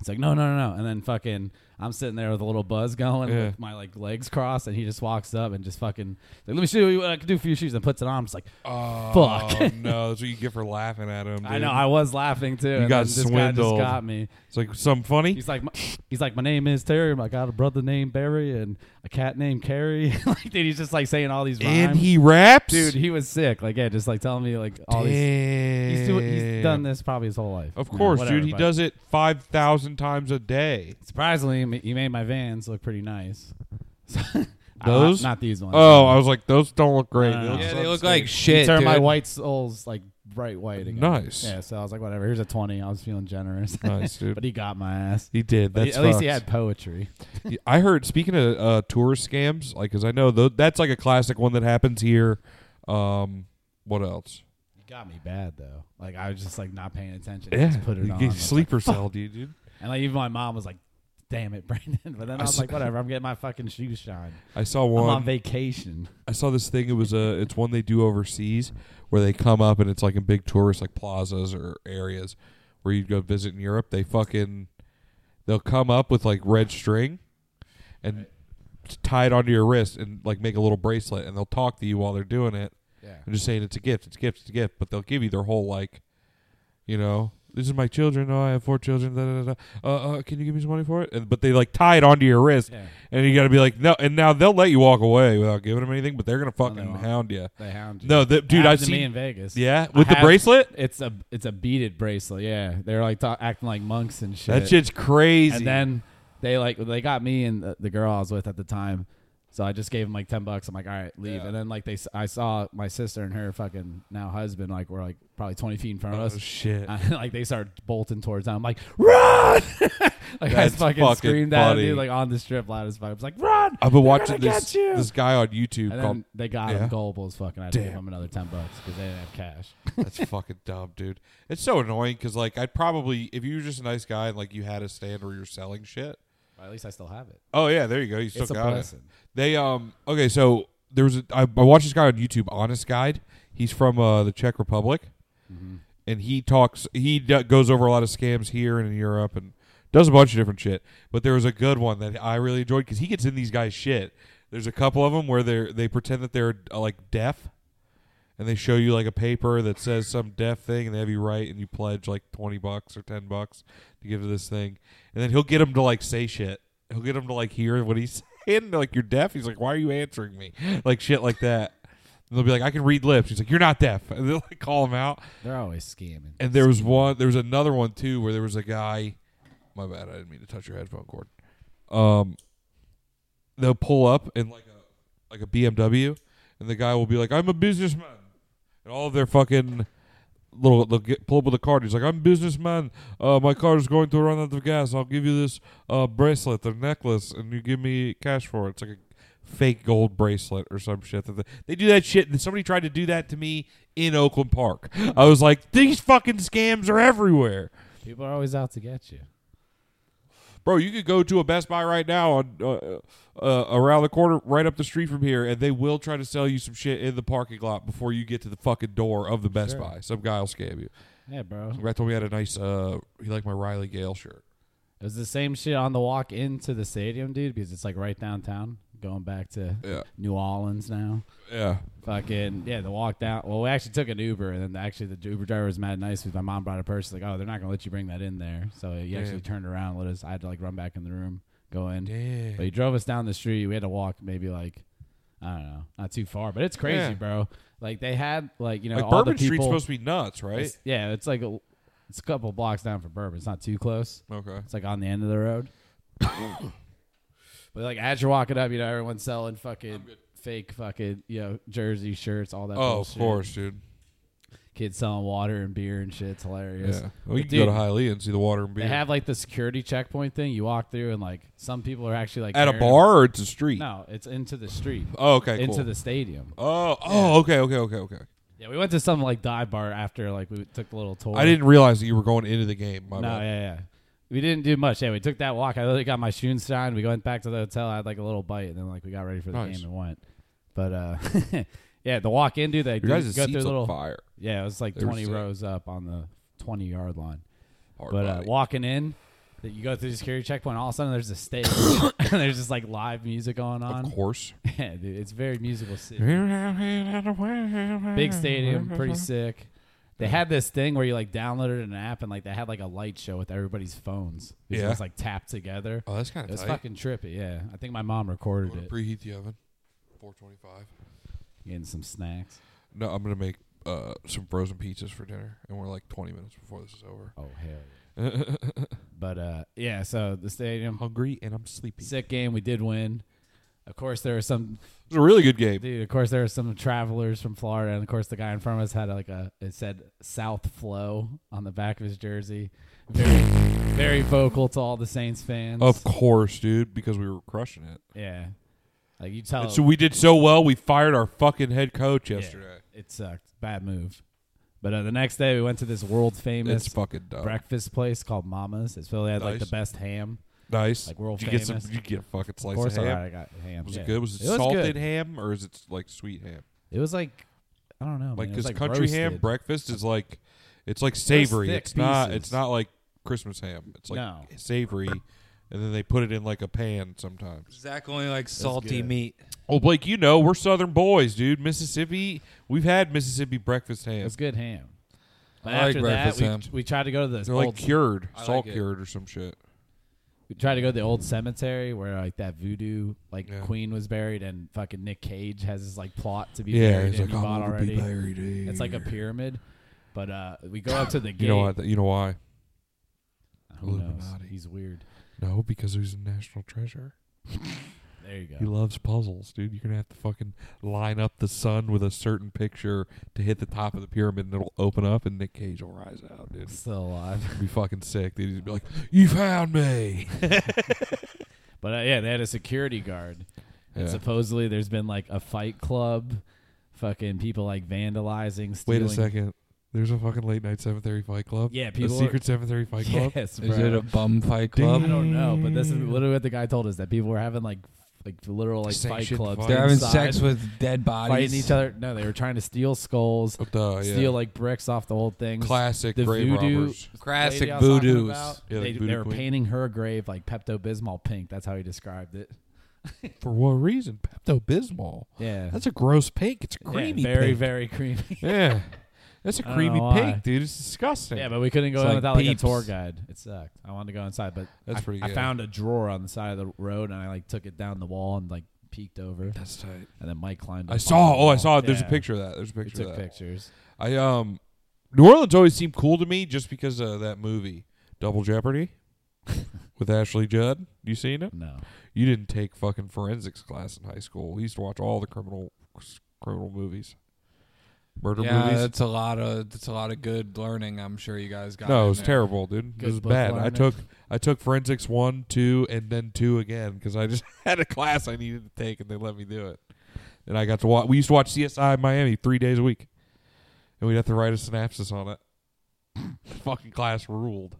Speaker 1: It's like no, no, no, no. And then fucking, I'm sitting there with a little buzz going,
Speaker 2: Yeah.
Speaker 1: with my like legs crossed, and he just walks up and just fucking like, let me show you what I can do for your shoes, and puts it on. I'm just like,
Speaker 2: Oh,
Speaker 1: Fuck.
Speaker 2: no, that's what you get for laughing at him.
Speaker 1: I
Speaker 2: dude.
Speaker 1: know, I was laughing too. and then
Speaker 2: got
Speaker 1: this
Speaker 2: swindled.
Speaker 1: guy just got me.
Speaker 2: it's like something funny.
Speaker 1: He's like, my, he's like, my name is Terry. I got a brother named Barry and a cat named Carrie. like, dude, he's just like saying all these rhymes.
Speaker 2: And he raps,
Speaker 1: dude, he was sick. Like, yeah, just like telling me like all these.
Speaker 2: Damn.
Speaker 1: He's, do, he's done this probably his whole life.
Speaker 2: Of
Speaker 1: Yeah,
Speaker 2: course,
Speaker 1: whatever,
Speaker 2: dude. He
Speaker 1: but
Speaker 2: does it five thousand times a day.
Speaker 1: Surprisingly, he ma- he made my vans look pretty nice. So- I-
Speaker 2: Those?
Speaker 1: not these ones.
Speaker 2: Oh, I was like, those don't look great.
Speaker 1: No, no, no.
Speaker 5: Yeah,
Speaker 2: Those
Speaker 5: they
Speaker 2: don't
Speaker 5: look
Speaker 2: stay-
Speaker 5: like shit.
Speaker 1: turned my
Speaker 5: dude.
Speaker 1: white souls like bright white again.
Speaker 2: Nice.
Speaker 1: Yeah, so I was like, whatever. Here's a twenty. I was feeling generous,
Speaker 2: nice, dude.
Speaker 1: but he got my ass.
Speaker 2: He did.
Speaker 1: But he-
Speaker 2: That's
Speaker 1: at least he
Speaker 2: fucked.
Speaker 1: had poetry.
Speaker 2: I heard. Speaking of uh, tourist scams, like because I know tho- that's like a classic one that happens here. Um, what else?
Speaker 1: He got me bad though. Like I was just like not paying attention. I
Speaker 2: Yeah,
Speaker 1: just put it
Speaker 2: you
Speaker 1: on. I
Speaker 2: get
Speaker 1: was like,
Speaker 2: sleeper cell, dude. dude.
Speaker 1: And like even my mom was like, "Damn it, Brandon!" But then I was
Speaker 2: s-
Speaker 1: like, "Whatever, I'm getting my fucking shoes shined.
Speaker 2: I saw
Speaker 1: I'm
Speaker 2: one.
Speaker 1: on vacation."
Speaker 2: I saw this thing. It was a. It's one they do overseas, where they come up and it's like in big tourist like plazas or areas where you'd go visit in Europe. They fucking, they'll come up with like red string, and tie it onto your wrist and like make a little bracelet, and they'll talk to you while they're doing it.
Speaker 1: Yeah.
Speaker 2: and just saying it's a gift, it's a gift, it's a gift. But they'll give you their whole like, you know, this is my children. Oh, I have four children. Da, da, da, da. Uh, uh, can you give me some money for it? And, but they like tie it onto your wrist,
Speaker 1: Yeah.
Speaker 2: and you got to be like, no. And now they'll let you walk away without giving them anything, but they're gonna
Speaker 1: they
Speaker 2: fucking
Speaker 1: won't.
Speaker 2: hound you.
Speaker 1: They hound you.
Speaker 2: No, the, dude,
Speaker 1: Happened
Speaker 2: I've
Speaker 1: to
Speaker 2: seen.
Speaker 1: me in Vegas.
Speaker 2: yeah,
Speaker 1: I
Speaker 2: with the
Speaker 1: have-
Speaker 2: bracelet.
Speaker 1: It's a it's a beaded bracelet. Yeah, they're like ta- acting like monks and shit.
Speaker 2: That shit's crazy.
Speaker 1: And then they like they got me and the, the girl I was with at the time. So I just gave him like ten bucks. I'm like, all right, leave. And then like they, s- I saw my sister and her fucking now husband like were like probably twenty feet in front of
Speaker 2: oh
Speaker 1: us.
Speaker 2: shit.
Speaker 1: And, like they start bolting towards them. I'm like, run! like I
Speaker 2: That's
Speaker 1: fucking,
Speaker 2: fucking
Speaker 1: screamed at him,
Speaker 2: funny.
Speaker 1: dude, like on the strip loud as fuck. I was like, run!
Speaker 2: I've
Speaker 1: They're
Speaker 2: been watching
Speaker 1: gonna
Speaker 2: this
Speaker 1: get you!
Speaker 2: this guy on YouTube
Speaker 1: And
Speaker 2: called
Speaker 1: then they got
Speaker 2: Yeah.
Speaker 1: him gullible as fuck, and I had to give
Speaker 2: Damn.
Speaker 1: him another ten bucks because they didn't have cash.
Speaker 2: That's fucking dumb, dude. It's so annoying because like I'd probably if you were just a nice guy and like you had a stand where you're selling shit.
Speaker 1: Or at least I still have it.
Speaker 2: Oh yeah, there you go. You still
Speaker 1: It's a
Speaker 2: got
Speaker 1: blessing.
Speaker 2: it. They um okay, so there was a, I, I watched this guy on YouTube, Honest Guide. He's from uh, the Czech Republic,
Speaker 1: Mm-hmm.
Speaker 2: and he talks. He d- goes over a lot of scams here and in Europe, and does a bunch of different shit. But there was a good one that I really enjoyed because he gets in these guys' shit. There's a couple of them where they are they pretend that they're uh, like deaf, and they show you like a paper that says some deaf thing, and they have you write, and you pledge like twenty bucks or ten bucks to give to this thing, and then he'll get them to like say shit. He'll get them to like hear what he's saying. They're like you're deaf. He's like, why are you answering me? Like shit like that. And they'll be like, I can read lips. He's like, you're not deaf. And they'll like call him out.
Speaker 1: They're always scamming.
Speaker 2: And there was one. There was another one too, where there was a guy. My bad. I didn't mean to touch your headphone cord. Um, they'll pull up in like a like a BMW, and the guy will be like, "I'm a businessman," and all of their fucking little, they'll get, pull up with a card. He's like, "I'm a businessman. Uh, my car is going to run out of gas. I'll give you this uh, bracelet or necklace, and you give me cash for it." It's like a fake gold bracelet or some shit. That they, they do that shit. And somebody tried to do that to me in Oakland Park. I was like, "These fucking scams are everywhere."
Speaker 1: People are always out to get you.
Speaker 2: Bro, you could go to a Best Buy right now on uh, uh, around the corner, right up the street from here, and they will try to sell you some shit in the parking lot before you get to the fucking door of the Best
Speaker 1: Sure.
Speaker 2: Buy. Some guy will scam you.
Speaker 1: Yeah, bro.
Speaker 2: Some guy told me I had a nice, uh, he liked my Riley Gale shirt.
Speaker 1: It was the same shit on the walk into the stadium, dude, because it's like right downtown, going back to
Speaker 2: Yeah.
Speaker 1: New Orleans now.
Speaker 2: Yeah.
Speaker 1: Fucking yeah, the walk down. Well, we actually took an Uber, and then actually the Uber driver was mad nice because my mom brought a purse. Like, oh, they're not gonna let you bring that in there. So he actually turned around, and let us. I had to like run back in the room, go in. But he drove us down the street. We had to walk maybe like I don't know, not too far, but it's crazy,
Speaker 2: Yeah.
Speaker 1: bro. Like they had like you know
Speaker 2: Like
Speaker 1: all
Speaker 2: Bourbon
Speaker 1: the people.
Speaker 2: Street's supposed to be nuts, right?
Speaker 1: it's- yeah, it's like a, it's a couple blocks down from Bourbon. It's not too close.
Speaker 2: Okay.
Speaker 1: It's like on the end of the road. but like as you're walking up, you know everyone's selling fucking fake fucking you know jersey shirts, all that.
Speaker 2: Oh, of
Speaker 1: bullshit.
Speaker 2: course, dude.
Speaker 1: Kids selling water and beer and shit. It's hilarious.
Speaker 2: Yeah. Well, you
Speaker 1: But
Speaker 2: can go
Speaker 1: dude,
Speaker 2: to Hialeah and see the water and beer.
Speaker 1: They have like the security checkpoint thing. You walk through and like some people are actually like
Speaker 2: At a
Speaker 1: carrying-
Speaker 2: bar or it's a street?
Speaker 1: No, it's into the street,
Speaker 2: Oh, okay,
Speaker 1: into
Speaker 2: cool.
Speaker 1: the stadium.
Speaker 2: oh, oh, okay, okay, okay, okay.
Speaker 1: Yeah, we went to some like dive bar after like we took the little tour.
Speaker 2: I didn't realize that you were going into the game. My
Speaker 1: No,
Speaker 2: bad.
Speaker 1: yeah, yeah. We didn't do much. Yeah, we took that walk. I literally got my shoes signed. We went back to the hotel. I had like a little bite, and then like we got ready for the
Speaker 2: Nice.
Speaker 1: game and went. But uh, yeah, the walk in, dude. They
Speaker 2: Your
Speaker 1: do-
Speaker 2: guys'
Speaker 1: go
Speaker 2: seats
Speaker 1: through a
Speaker 2: on
Speaker 1: little.
Speaker 2: fire.
Speaker 1: Yeah, it was like
Speaker 2: They were
Speaker 1: twenty
Speaker 2: sick.
Speaker 1: rows up on the twenty yard line.
Speaker 2: Hard
Speaker 1: But uh,
Speaker 2: body.
Speaker 1: walking in, that you go through the security checkpoint. All of a sudden, there's a stage, and there's just like live music going
Speaker 2: of
Speaker 1: on.
Speaker 2: course.
Speaker 1: Yeah, dude, it's very musical city.
Speaker 2: Big
Speaker 1: big stadium, pretty sick. They had this thing where you like downloaded an app and like they had like a light show with everybody's phones. It
Speaker 2: Yeah.
Speaker 1: was like tapped together.
Speaker 2: Oh, that's kind
Speaker 1: It
Speaker 2: of
Speaker 1: was
Speaker 2: tight.
Speaker 1: fucking trippy. Yeah, I think my mom recorded
Speaker 2: I'm gonna
Speaker 1: it.
Speaker 2: preheat the oven. 425.
Speaker 1: Getting some snacks.
Speaker 2: No, I'm gonna make uh, some frozen pizzas for dinner, and we're like 20 minutes before this is over.
Speaker 1: Oh hell. Yeah. but uh, yeah, so the stadium,
Speaker 2: Hungry and I'm sleepy.
Speaker 1: sick game. We did win. Of course, there were some
Speaker 2: It's a really good game.
Speaker 1: dude. Of course, there were some travelers from Florida, and of course, the guy in front of us had like a it said South Flow on the back of his jersey. Very, very vocal to all the Saints fans.
Speaker 2: Of course, dude, because we were crushing it.
Speaker 1: Yeah. Like you tell
Speaker 2: And so we did so well, we fired our fucking head coach
Speaker 1: Oh. yeah,
Speaker 2: yesterday.
Speaker 1: It sucked. Bad move. But uh, the next day we went to this world famous
Speaker 2: It's fucking dumb.
Speaker 1: breakfast place called Mama's. It's really had like the
Speaker 2: Nice.
Speaker 1: best ham.
Speaker 2: nice.
Speaker 1: like world
Speaker 2: did you get
Speaker 1: famous.
Speaker 2: some? Did you get a fucking
Speaker 1: Of
Speaker 2: slice of,
Speaker 1: course, I
Speaker 2: ham?
Speaker 1: got- I got ham.
Speaker 2: Was
Speaker 1: yeah.
Speaker 2: it good? Was it,
Speaker 1: was
Speaker 2: salted
Speaker 1: good.
Speaker 2: ham or is it like sweet ham?
Speaker 1: It was like I don't know.
Speaker 2: Like
Speaker 1: man. It was,
Speaker 2: because country ham
Speaker 1: roasted.
Speaker 2: breakfast is like, it's like savory.
Speaker 1: thick
Speaker 2: It's not.
Speaker 1: pieces.
Speaker 2: It's not like Christmas ham. It's like
Speaker 1: No.
Speaker 2: savory, and then they put it in like a pan sometimes.
Speaker 5: Zach only likes salty
Speaker 1: good.
Speaker 5: meat.
Speaker 2: Well, Oh, Blake, you know we're Southern boys, dude. Mississippi, we've had Mississippi breakfast
Speaker 1: It
Speaker 2: ham.
Speaker 1: was good ham. But
Speaker 5: I like
Speaker 1: after that,
Speaker 5: breakfast
Speaker 1: we,
Speaker 5: ham.
Speaker 1: we tried to go to the
Speaker 2: They're
Speaker 1: old,
Speaker 2: like cured,
Speaker 5: I
Speaker 2: salt
Speaker 5: like it.
Speaker 2: cured or some shit.
Speaker 1: we tried to go to the old cemetery where like that voodoo like
Speaker 2: Yeah.
Speaker 1: queen was buried, and fucking Nick Cage has his like plot to be
Speaker 2: yeah,
Speaker 1: buried.
Speaker 2: it's
Speaker 1: and
Speaker 2: like
Speaker 1: he bought
Speaker 2: I'm to
Speaker 1: already.
Speaker 2: be buried. Here.
Speaker 1: It's like a pyramid. But uh, we go up to the gate.
Speaker 2: You know what? You know why?
Speaker 1: Who knows?
Speaker 2: Illuminati.
Speaker 1: He's weird.
Speaker 2: No, because he's a national treasure.
Speaker 1: There you
Speaker 2: He
Speaker 1: go.
Speaker 2: loves puzzles, dude. You're gonna have to fucking line up the sun with a certain picture to hit the top of the pyramid, and it'll open up, and Nick Cage will rise out, dude.
Speaker 1: Still alive.
Speaker 2: It'd be fucking sick, dude. He'd be like, "You found me."
Speaker 1: But uh, yeah, they had a security guard. And
Speaker 2: Yeah.
Speaker 1: supposedly there's been like a fight club, fucking people like vandalizing,
Speaker 2: Wait
Speaker 1: stealing.
Speaker 2: a second. There's a fucking late night seven thirty fight club.
Speaker 1: Yeah,
Speaker 2: a
Speaker 1: people.
Speaker 2: secret seven thirty fight
Speaker 1: Are,
Speaker 2: club.
Speaker 1: yes, bro.
Speaker 5: Is it a bum fight
Speaker 1: I
Speaker 5: club?
Speaker 1: don't know, but this is literally what the guy told us that people were having like, like literal like fight
Speaker 2: Sanctioned
Speaker 1: clubs.
Speaker 2: fights.
Speaker 5: They're having
Speaker 1: inside,
Speaker 5: sex with dead bodies.
Speaker 1: fighting each other. No, they were trying to steal skulls,
Speaker 2: Oh, duh, yeah.
Speaker 1: steal like bricks off the old things.
Speaker 2: classic
Speaker 1: the
Speaker 2: grave
Speaker 1: voodoo-
Speaker 2: robbers.
Speaker 5: Classic
Speaker 1: lady I was talking
Speaker 5: voodoos.
Speaker 1: about,
Speaker 2: Yeah,
Speaker 1: they,
Speaker 2: like voodoo
Speaker 1: they were
Speaker 2: queen.
Speaker 1: painting her grave like Pepto Bismol pink. That's how he described it.
Speaker 2: For what reason? Pepto Bismol.
Speaker 1: Yeah,
Speaker 2: That's a gross pink. It's a
Speaker 1: Yeah,
Speaker 2: creamy.
Speaker 1: very
Speaker 2: pink.
Speaker 1: very creamy.
Speaker 2: Yeah, that's a
Speaker 1: I don't
Speaker 2: creamy
Speaker 1: know why.
Speaker 2: pink, dude. It's disgusting.
Speaker 1: yeah, but we couldn't go
Speaker 5: It's
Speaker 1: in
Speaker 5: like
Speaker 1: without like a
Speaker 5: Peeps.
Speaker 1: tour guide. It sucked. I wanted to go inside, but
Speaker 2: That's
Speaker 1: I,
Speaker 2: pretty
Speaker 1: I
Speaker 2: good.
Speaker 1: found a drawer on the side of the road, and I like took it down the wall and like peeked over,
Speaker 2: that's tight.
Speaker 1: and then Mike climbed.
Speaker 2: I
Speaker 1: up
Speaker 2: saw.
Speaker 1: on the
Speaker 2: Oh, I
Speaker 1: wall.
Speaker 2: saw. it. There's a
Speaker 1: Yeah.
Speaker 2: picture of that. There's a
Speaker 1: We
Speaker 2: picture of
Speaker 1: took
Speaker 2: that.
Speaker 1: pictures.
Speaker 2: I um, New Orleans always seemed cool to me just because of that movie, Double Jeopardy, with Ashley Judd. You seen it?
Speaker 1: No,
Speaker 2: You didn't take fucking forensics class in high school. We used to watch all the criminal criminal movies. murder
Speaker 5: yeah,
Speaker 2: movies.
Speaker 5: that's a lot of that's a lot of good learning. I'm sure you guys got.
Speaker 2: no,
Speaker 5: in
Speaker 2: it was
Speaker 5: there.
Speaker 2: terrible, dude.
Speaker 1: Good
Speaker 2: it was
Speaker 1: book
Speaker 2: bad. I
Speaker 1: learning.
Speaker 2: took I took forensics one, two, and then two again because I just had a class I needed to take and they let me do it. And I got to watch. We used to watch CSI Miami three days a week, and we'd have to write a synopsis on it. fucking class ruled.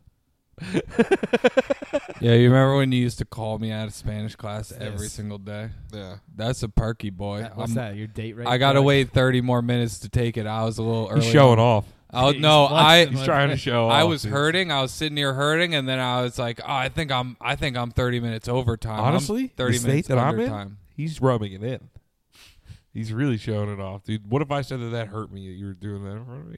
Speaker 5: Yeah, you remember when you used to call me out of Spanish class every
Speaker 1: this?
Speaker 5: single day?
Speaker 2: Yeah,
Speaker 5: That's a perky boy.
Speaker 1: That- What's
Speaker 5: I'm-
Speaker 1: that? Your date rate?
Speaker 5: I gotta
Speaker 1: card?
Speaker 5: wait 30 more minutes to take it. I was a little early.
Speaker 2: he's showing off.
Speaker 5: I,
Speaker 1: He's
Speaker 5: no, I
Speaker 1: flexing.
Speaker 2: He's trying to show.
Speaker 5: I
Speaker 2: off,
Speaker 5: was
Speaker 2: dude.
Speaker 5: hurting. I was sitting here hurting, and then I was like, oh, I think I'm I think I'm 30 minutes overtime. I'm
Speaker 2: Honestly,
Speaker 5: 30
Speaker 2: the state
Speaker 5: minutes
Speaker 2: that I'm in,
Speaker 5: undertime.
Speaker 2: He's rubbing it in. He's really showing it off, dude. What if I said that that hurt me? That you were doing that in front of me?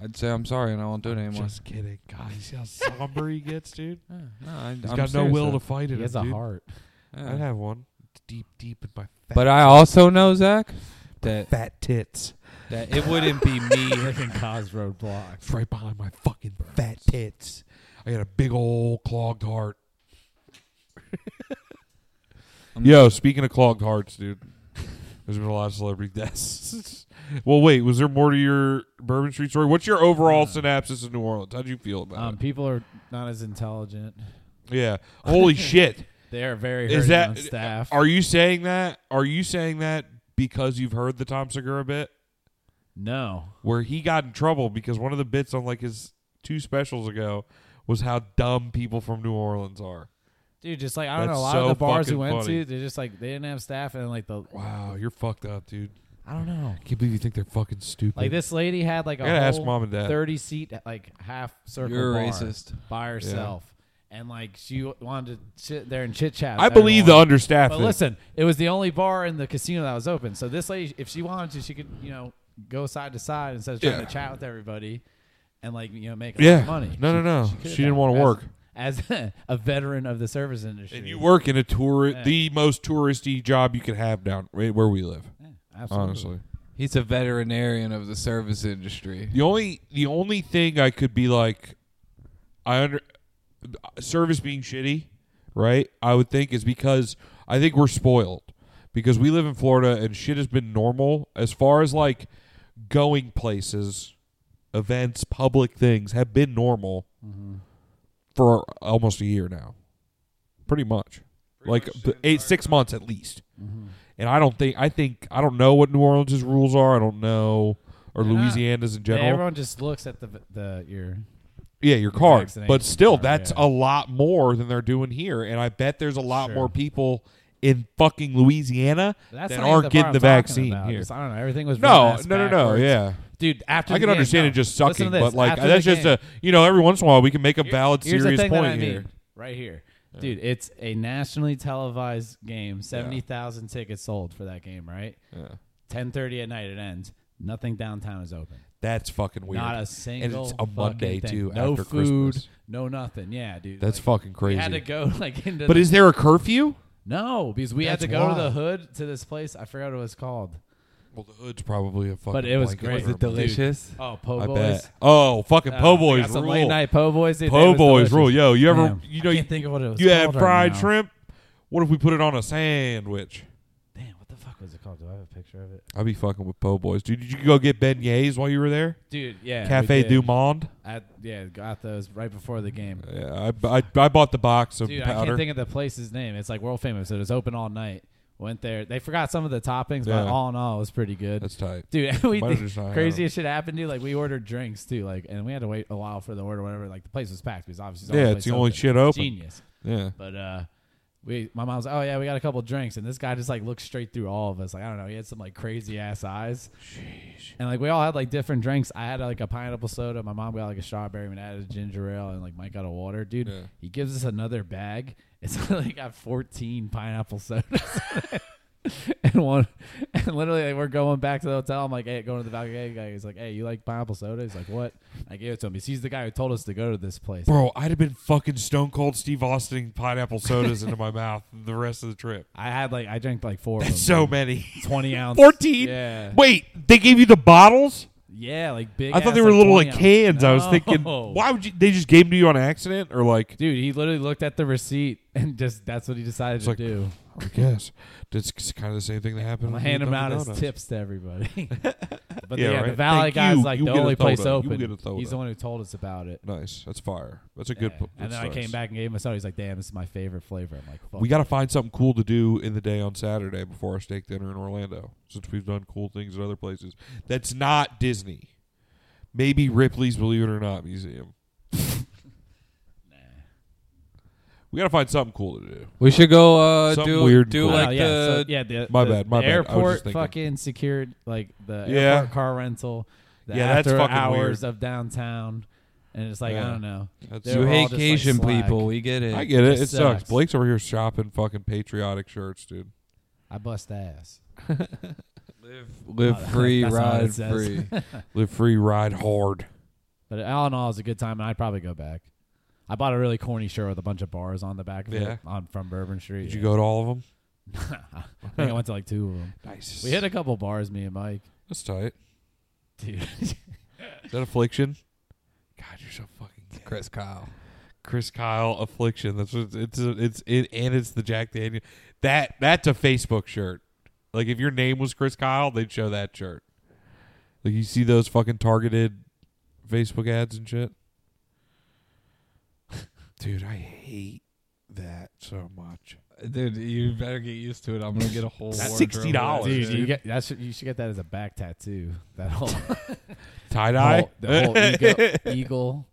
Speaker 5: I'd say I'm sorry, and I won't do it anymore.
Speaker 2: Just kidding. God, you see how somber he gets, dude.
Speaker 5: Yeah, no, I,
Speaker 2: He's got
Speaker 5: I'm
Speaker 2: no
Speaker 5: serious,
Speaker 2: will
Speaker 5: though.
Speaker 2: to fight it.
Speaker 1: He has a
Speaker 2: dude.
Speaker 1: heart.
Speaker 5: Yeah.
Speaker 2: I'd have one. It's deep, deep in my fat,
Speaker 5: But I also know Zach that
Speaker 2: fat tits.
Speaker 5: that it wouldn't be me.
Speaker 1: Freaking cause roadblocks.
Speaker 2: It's right behind my fucking fat tits. I got a big old clogged heart. Yo, speaking of clogged hearts, dude, there's been a lot of celebrity deaths. well, wait, was there more to your Bourbon Street story? What's your overall synopsis of New Orleans? How'd you feel about
Speaker 1: Uh, Um, people are not as intelligent.
Speaker 2: it? Yeah. Holy shit.
Speaker 1: They are very
Speaker 2: Is
Speaker 1: hurting
Speaker 2: that-
Speaker 1: on staff.
Speaker 2: Are you saying that? Are you saying that because you've heard the Tom Segura bit
Speaker 1: no.
Speaker 2: where he got in trouble because one of the bits on like his two specials ago was how dumb people from New Orleans are.
Speaker 1: Dude, just like I don't
Speaker 2: That's
Speaker 1: know, a lot
Speaker 2: so
Speaker 1: of the bars we
Speaker 2: fucking
Speaker 1: went to,
Speaker 2: funny.
Speaker 1: they just like they didn't have staff, and like the
Speaker 2: Wow, you're fucked up, dude.
Speaker 1: I don't know,
Speaker 2: I can't believe you think they're fucking stupid.
Speaker 1: like this lady had like a
Speaker 2: I gotta ask
Speaker 1: whole
Speaker 2: mom and dad.
Speaker 1: thirty seat like half circle
Speaker 5: You're
Speaker 1: bar
Speaker 5: racist.
Speaker 1: by herself, and like she wanted to sit there and chit chat.
Speaker 2: I believe the understaffed.
Speaker 1: But
Speaker 2: thing.
Speaker 1: listen, it was the only bar in the casino that was open. So this lady, if she wanted to, she could, you know, go side to side instead of trying
Speaker 2: Yeah.
Speaker 1: to chat with everybody and like you know make a lot
Speaker 2: yeah,
Speaker 1: of money.
Speaker 2: No, no, no. She,
Speaker 1: could've
Speaker 2: didn't
Speaker 1: done
Speaker 2: want
Speaker 1: it.
Speaker 2: to work.
Speaker 1: As a veteran of the service industry,
Speaker 2: And you work in a tour,
Speaker 1: Yeah.
Speaker 2: the most touristy job you could have down right where we live.
Speaker 1: absolutely.
Speaker 2: Honestly,
Speaker 5: He's a veterinarian of the service industry.
Speaker 2: the only the only thing I could be like, I under service being shitty, right? I would think is because I think we're spoiled because we live in Florida and shit has been normal as far as like going places, events, public things have been normal for almost a year now, pretty much, like b- eight six months at least. And I don't think I think I don't know what New Orleans' rules are. I don't know or
Speaker 1: They're not-
Speaker 2: Louisiana's in
Speaker 1: Yeah,
Speaker 2: general.
Speaker 1: everyone just looks at the the your
Speaker 2: Yeah, your card.
Speaker 1: vaccination
Speaker 2: But still,
Speaker 1: card,
Speaker 2: that's
Speaker 1: yeah.
Speaker 2: a lot more than they're doing here. And I bet there's a lot
Speaker 1: Sure.
Speaker 2: more people in fucking Louisiana
Speaker 1: That's
Speaker 2: that
Speaker 1: not even
Speaker 2: aren't
Speaker 1: the
Speaker 2: getting
Speaker 1: part
Speaker 2: the
Speaker 1: I'm talking
Speaker 2: vaccine
Speaker 1: about.
Speaker 2: here.
Speaker 1: Just, I don't know. Everything was
Speaker 2: No,
Speaker 1: run-ass
Speaker 2: no, no, no.
Speaker 1: backwards.
Speaker 2: Yeah.
Speaker 1: dude. After
Speaker 2: I
Speaker 1: the
Speaker 2: can
Speaker 1: game,
Speaker 2: understand
Speaker 1: no.
Speaker 2: it just
Speaker 1: Listen to
Speaker 2: sucking,
Speaker 1: this.
Speaker 2: but like
Speaker 1: After
Speaker 2: that's
Speaker 1: the
Speaker 2: just
Speaker 1: game-
Speaker 2: a you know every once in a while we can make a valid
Speaker 1: Here's
Speaker 2: serious
Speaker 1: the thing
Speaker 2: point
Speaker 1: that I mean,
Speaker 2: here.
Speaker 1: right here, dude. It's a nationally televised game. Seventy thousand tickets sold for that game, right?
Speaker 2: Yeah.
Speaker 1: Ten thirty at night it ends. Nothing downtown is open.
Speaker 2: That's fucking weird.
Speaker 1: Not a single.
Speaker 2: and it's a
Speaker 1: fucking
Speaker 2: Monday
Speaker 1: thing.
Speaker 2: too.
Speaker 1: No
Speaker 2: after
Speaker 1: food.
Speaker 2: Christmas.
Speaker 1: No nothing. Yeah, dude.
Speaker 2: That's
Speaker 1: like,
Speaker 2: fucking
Speaker 1: We
Speaker 2: crazy.
Speaker 1: had to go like into.
Speaker 2: but
Speaker 1: the,
Speaker 2: is there a curfew?
Speaker 1: no because we had
Speaker 2: That's
Speaker 1: to go to the
Speaker 2: wild.
Speaker 1: hood to this place. I forgot what it was called.
Speaker 2: Well, the hood's probably a fucking.
Speaker 1: But it was
Speaker 2: blanket
Speaker 1: great.
Speaker 2: for
Speaker 1: Dude,
Speaker 2: a month.
Speaker 1: Oh, po'
Speaker 2: I
Speaker 1: boys.
Speaker 2: bet. Oh, fucking
Speaker 1: Uh,
Speaker 2: po'
Speaker 1: they
Speaker 2: boys
Speaker 1: got some
Speaker 2: rule.
Speaker 1: late night po' boys. dude. It
Speaker 2: Po'
Speaker 1: was
Speaker 2: boys
Speaker 1: delicious.
Speaker 2: rule. Yo, you ever
Speaker 1: Damn,
Speaker 2: you know
Speaker 1: I
Speaker 2: you
Speaker 1: can't think of what it was
Speaker 2: You
Speaker 1: called
Speaker 2: have
Speaker 1: right
Speaker 2: fried
Speaker 1: now.
Speaker 2: shrimp. What if we put it on a sandwich?
Speaker 1: Damn, what the fuck was it called? Do I have a picture of it?
Speaker 2: I'd be fucking with po' boys, dude. Did you go get beignets while you were there?
Speaker 1: Dude, yeah. we
Speaker 2: Cafe
Speaker 1: did.
Speaker 2: du Monde.
Speaker 1: At, yeah, got those right before the game.
Speaker 2: Yeah, I, I, I bought the box of
Speaker 1: Dude, I
Speaker 2: powder.
Speaker 1: can't think of the place's name. It's like world famous. It was open all night. Went there. They forgot some of the toppings,
Speaker 2: Yeah.
Speaker 1: but all in all, it was pretty good.
Speaker 2: That's tight.
Speaker 1: Dude, we
Speaker 2: Might have just not had
Speaker 1: craziest shit happened, dude. Like we ordered drinks too, like, and we had to wait a while for the order, whatever. Like the place was packed because obviously,
Speaker 2: yeah,
Speaker 1: place
Speaker 2: it's the only
Speaker 1: open.
Speaker 2: shit open.
Speaker 1: Genius.
Speaker 2: Yeah,
Speaker 1: But uh we my mom's like, Oh yeah, we got a couple drinks and this guy just like looked straight through all of us. Like, I don't know, he had some like crazy ass eyes. And like we all had like different drinks. I had like a pineapple soda, my mom got like a strawberry, and I had a ginger ale and like Mike got a water. Dude,
Speaker 2: Yeah.
Speaker 1: he gives us another bag. It's like got fourteen pineapple sodas. And one, and literally, like, we're going back to the hotel. I'm like, hey, going to the balcony. Hey, guy, he's like, hey, you like pineapple soda? He's like, what? I gave it to him. He's- He's the guy who told us to go to this place.
Speaker 2: bro, I'd have been fucking stone cold Steve Austin pineapple sodas into my mouth the rest of the trip.
Speaker 1: I had like, I drank like four. of them,
Speaker 2: So
Speaker 1: dude.
Speaker 2: many,
Speaker 1: 20 ounce.
Speaker 2: fourteen.
Speaker 1: Yeah.
Speaker 2: Wait, they gave you the bottles?
Speaker 1: Yeah, like big.
Speaker 2: I thought
Speaker 1: ass,
Speaker 2: they were little
Speaker 1: 20
Speaker 2: like cans. I was thinking,
Speaker 1: No.
Speaker 2: why would you? They just gave them to you on accident, or like
Speaker 1: Dude, he literally looked at the receipt and just that's what he decided
Speaker 2: It's
Speaker 1: to
Speaker 2: like-
Speaker 1: do.
Speaker 2: I guess that's kind of the same thing that happened.
Speaker 1: I'm gonna
Speaker 2: with
Speaker 1: hand him
Speaker 2: Dunkin'
Speaker 1: out as
Speaker 2: Donuts.
Speaker 1: tips to everybody. but
Speaker 2: Yeah,
Speaker 1: yeah, the
Speaker 2: right.
Speaker 1: valet
Speaker 2: Thank
Speaker 1: guy's
Speaker 2: you.
Speaker 1: like
Speaker 2: You
Speaker 1: the
Speaker 2: get a
Speaker 1: only place
Speaker 2: soda. You
Speaker 1: open.
Speaker 2: get a soda.
Speaker 1: He's the one who told us about it.
Speaker 2: Nice. That's fire. That's a good.
Speaker 1: Yeah.
Speaker 2: po-
Speaker 1: and then
Speaker 2: that's
Speaker 1: I
Speaker 2: nice.
Speaker 1: came back and gave him a soda. He's like, "Damn, this is my favorite flavor." I'm like, Fuck.
Speaker 2: We got to find something cool to do in the day on Saturday before our steak dinner in Orlando, since we've done cool things at other places. That's not Disney. Maybe Ripley's Believe It or Not Museum. We got to find something cool to do.
Speaker 5: We should go uh,
Speaker 2: Something
Speaker 5: do
Speaker 2: weird and
Speaker 5: do
Speaker 2: cool.
Speaker 5: like
Speaker 1: Oh, yeah,
Speaker 5: the
Speaker 1: so, yeah, the,
Speaker 2: uh, My
Speaker 1: the-
Speaker 2: bad, my
Speaker 1: the
Speaker 2: bad. I was just
Speaker 1: airport
Speaker 2: thinking.
Speaker 1: fucking secured like the
Speaker 2: Yeah.
Speaker 1: airport car rental. The
Speaker 2: Yeah, that's
Speaker 1: after
Speaker 2: fucking
Speaker 1: hours of downtown, and it's like I
Speaker 2: Yeah.
Speaker 1: don't know.
Speaker 2: That's-
Speaker 1: They
Speaker 5: you
Speaker 1: were all
Speaker 5: hate
Speaker 1: just, like,
Speaker 5: Cajun
Speaker 1: slack.
Speaker 5: people. We get it.
Speaker 2: I get it.
Speaker 1: It
Speaker 2: It sucks.
Speaker 1: sucks.
Speaker 2: Blake's over here shopping fucking patriotic shirts, dude.
Speaker 1: I bust ass.
Speaker 5: Live
Speaker 1: Oh,
Speaker 5: free,
Speaker 1: that's not what it
Speaker 5: ride
Speaker 1: says.
Speaker 5: free.
Speaker 2: Live free, ride hard.
Speaker 1: But all in all, it's a good time, and I'd probably go back. I bought a really corny shirt with a bunch of bars on the back of
Speaker 2: Yeah.
Speaker 1: it on from Bourbon Street.
Speaker 2: Did you go to all of them?
Speaker 1: I think I went to like two of them.
Speaker 2: Nice.
Speaker 1: We hit a couple bars, me and Mike.
Speaker 2: That's tight.
Speaker 1: Dude,
Speaker 2: Is that affliction? God, you're so fucking gay.
Speaker 5: Chris Kyle.
Speaker 2: Chris Kyle affliction. That's what it's it's it and it's the Jack Daniel. That that's a Facebook shirt. Like if your name was Chris Kyle, they'd show that shirt. Like you see those fucking targeted Facebook ads and shit. Dude, I hate that so much.
Speaker 5: Dude, you better get used to it. I'm gonna get a whole
Speaker 2: That's
Speaker 5: wardrobe
Speaker 2: $60,
Speaker 5: of that
Speaker 1: dude,
Speaker 5: shit.
Speaker 1: you get that. Should, you should get that as a back tattoo. That whole,
Speaker 2: Tie dye.
Speaker 1: whole the whole eagle. eagle.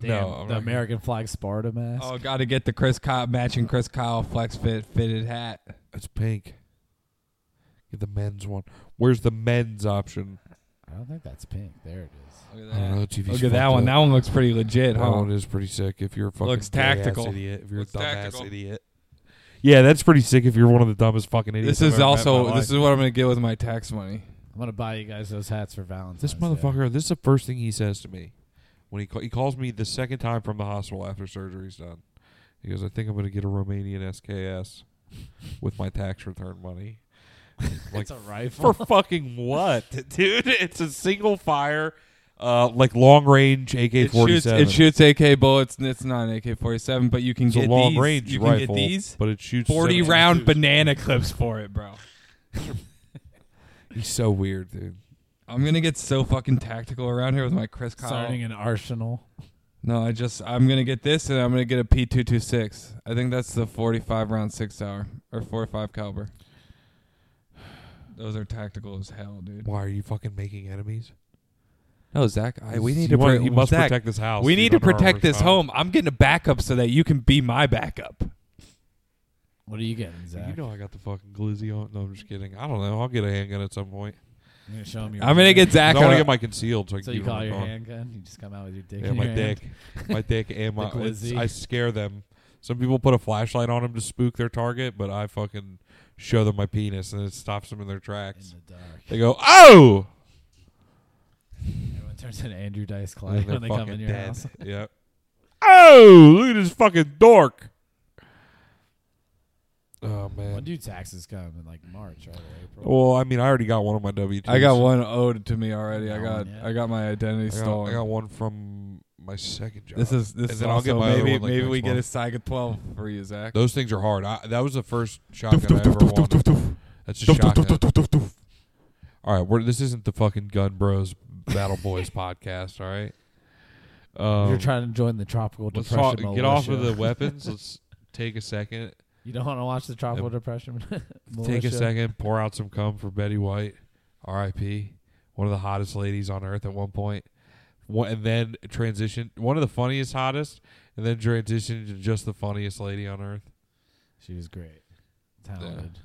Speaker 1: Damn,
Speaker 2: No, I'm
Speaker 1: the
Speaker 2: not gonna-
Speaker 1: American flag Sparta mask.
Speaker 5: Oh, gotta get the Chris Kyle matching Chris Kyle flex fit fitted hat.
Speaker 2: It's pink. Get the men's one. Where's the men's option?
Speaker 1: I don't think that's pink. There it is.
Speaker 5: Look
Speaker 2: I don't know.
Speaker 5: at
Speaker 2: TV's
Speaker 5: that, Look at that one. That one looks pretty legit,
Speaker 2: That
Speaker 5: huh?
Speaker 2: one is pretty sick. If you're a fucking
Speaker 5: Looks
Speaker 2: gay-ass
Speaker 5: tactical.
Speaker 2: idiot, if you're
Speaker 5: Looks
Speaker 2: a dumbass
Speaker 5: tactical.
Speaker 2: idiot. Yeah, that's pretty sick. If you're one of the dumbest fucking idiots.
Speaker 5: This is also this is what I'm gonna get with my tax money.
Speaker 1: I'm gonna buy you guys those hats for Valentine's.
Speaker 2: this
Speaker 1: Day.
Speaker 2: motherfucker. This is the first thing he says to me when he ca- he calls me the second time from the hospital after surgery's done. He goes, "I think I'm going to get a Romanian SKS with my tax return money." like
Speaker 1: It's a rifle.
Speaker 2: for fucking what, dude? It's a single fire, uh, like long range
Speaker 5: It shoots,
Speaker 2: AK-47.
Speaker 5: it shoots AK bullets. and It's not an AK-47, but you can
Speaker 2: It's a
Speaker 5: get
Speaker 2: long
Speaker 5: these.
Speaker 2: range
Speaker 5: You
Speaker 2: rifle,
Speaker 5: can get these
Speaker 2: but it shoots
Speaker 5: 40
Speaker 2: 17
Speaker 5: round banana clips for it, bro.
Speaker 2: He's so weird, dude.
Speaker 5: I'm gonna get so fucking tactical around here with my Chris Kyle.
Speaker 1: starting an arsenal.
Speaker 5: No, I just I'm gonna get this and I'm gonna get a P two two six. I think that's the forty five round six hour or four five caliber. Those are tactical as hell, dude.
Speaker 2: Why are you fucking making enemies?
Speaker 5: No, Zach, I, we need
Speaker 2: You
Speaker 5: to
Speaker 2: want-
Speaker 5: pro-
Speaker 2: you must
Speaker 5: Zach,
Speaker 2: protect this house.
Speaker 5: We
Speaker 2: He's
Speaker 5: need to
Speaker 2: Under Armour
Speaker 5: protect this
Speaker 2: style.
Speaker 5: home. I'm getting a backup so that you can be my backup.
Speaker 1: What are you getting, Zach?
Speaker 2: You know I got the fucking glizzy on. No, I'm just kidding. I don't know. I'll get a handgun at some point.
Speaker 1: I'm gonna show him your.
Speaker 5: I'm gonna get
Speaker 2: I
Speaker 5: Zach.
Speaker 2: want to
Speaker 5: A,
Speaker 2: get my concealed so I can
Speaker 1: So
Speaker 2: keep
Speaker 1: you call
Speaker 2: it
Speaker 1: your
Speaker 2: on.
Speaker 1: handgun? You just come out with your dick.
Speaker 2: Yeah,
Speaker 1: in
Speaker 2: my
Speaker 1: your
Speaker 2: dick,
Speaker 1: hand?
Speaker 2: my dick, and my.
Speaker 1: The
Speaker 2: it's-
Speaker 1: glizzy.
Speaker 2: I scare them. Some people put a flashlight on them to spook their target, but I fucking show them my penis and it stops them in their tracks.
Speaker 1: in the dark.
Speaker 2: They go, "Oh!"
Speaker 1: Everyone turns into Andrew Dice
Speaker 2: And
Speaker 1: Clay
Speaker 2: they're
Speaker 1: when they come in
Speaker 2: fucking
Speaker 1: your
Speaker 2: dead.
Speaker 1: house.
Speaker 2: Yeah. Oh, look at this fucking dork. Oh man.
Speaker 1: When do taxes come? In like March, right? Or April?
Speaker 2: Well, I mean, I already got one of my W two.
Speaker 5: I got one owed to me already. I
Speaker 1: No,
Speaker 5: got
Speaker 1: yeah.
Speaker 5: I got my identity
Speaker 2: I got,
Speaker 5: stolen.
Speaker 2: I got one from my second job.
Speaker 5: this is this
Speaker 2: And
Speaker 5: is
Speaker 2: then I'll get
Speaker 5: also
Speaker 2: my other
Speaker 5: maybe
Speaker 2: one, like,
Speaker 5: maybe
Speaker 2: next
Speaker 5: we get a
Speaker 2: month.
Speaker 5: saga twelve for you, Zach.
Speaker 2: Those things are hard. I, that was the first shotgun I ever wanted. That's a shotgun. All right, we're, this isn't the fucking Gun Bros Battle Boys podcast. All right. Um,
Speaker 1: You're trying to join the tropical
Speaker 2: let's
Speaker 1: depression.
Speaker 2: talk- get off of
Speaker 1: militia.
Speaker 2: the weapons. Let's take a second.
Speaker 1: You don't want to watch the tropical
Speaker 2: Uh,
Speaker 1: depression.
Speaker 2: Take a
Speaker 1: militia?
Speaker 2: second, pour out some cum for Betty White, R.I.P. One of the hottest ladies on earth at one point. One, and then transition one of the funniest, hottest, and then transition to just the funniest lady on earth.
Speaker 1: She was great, talented.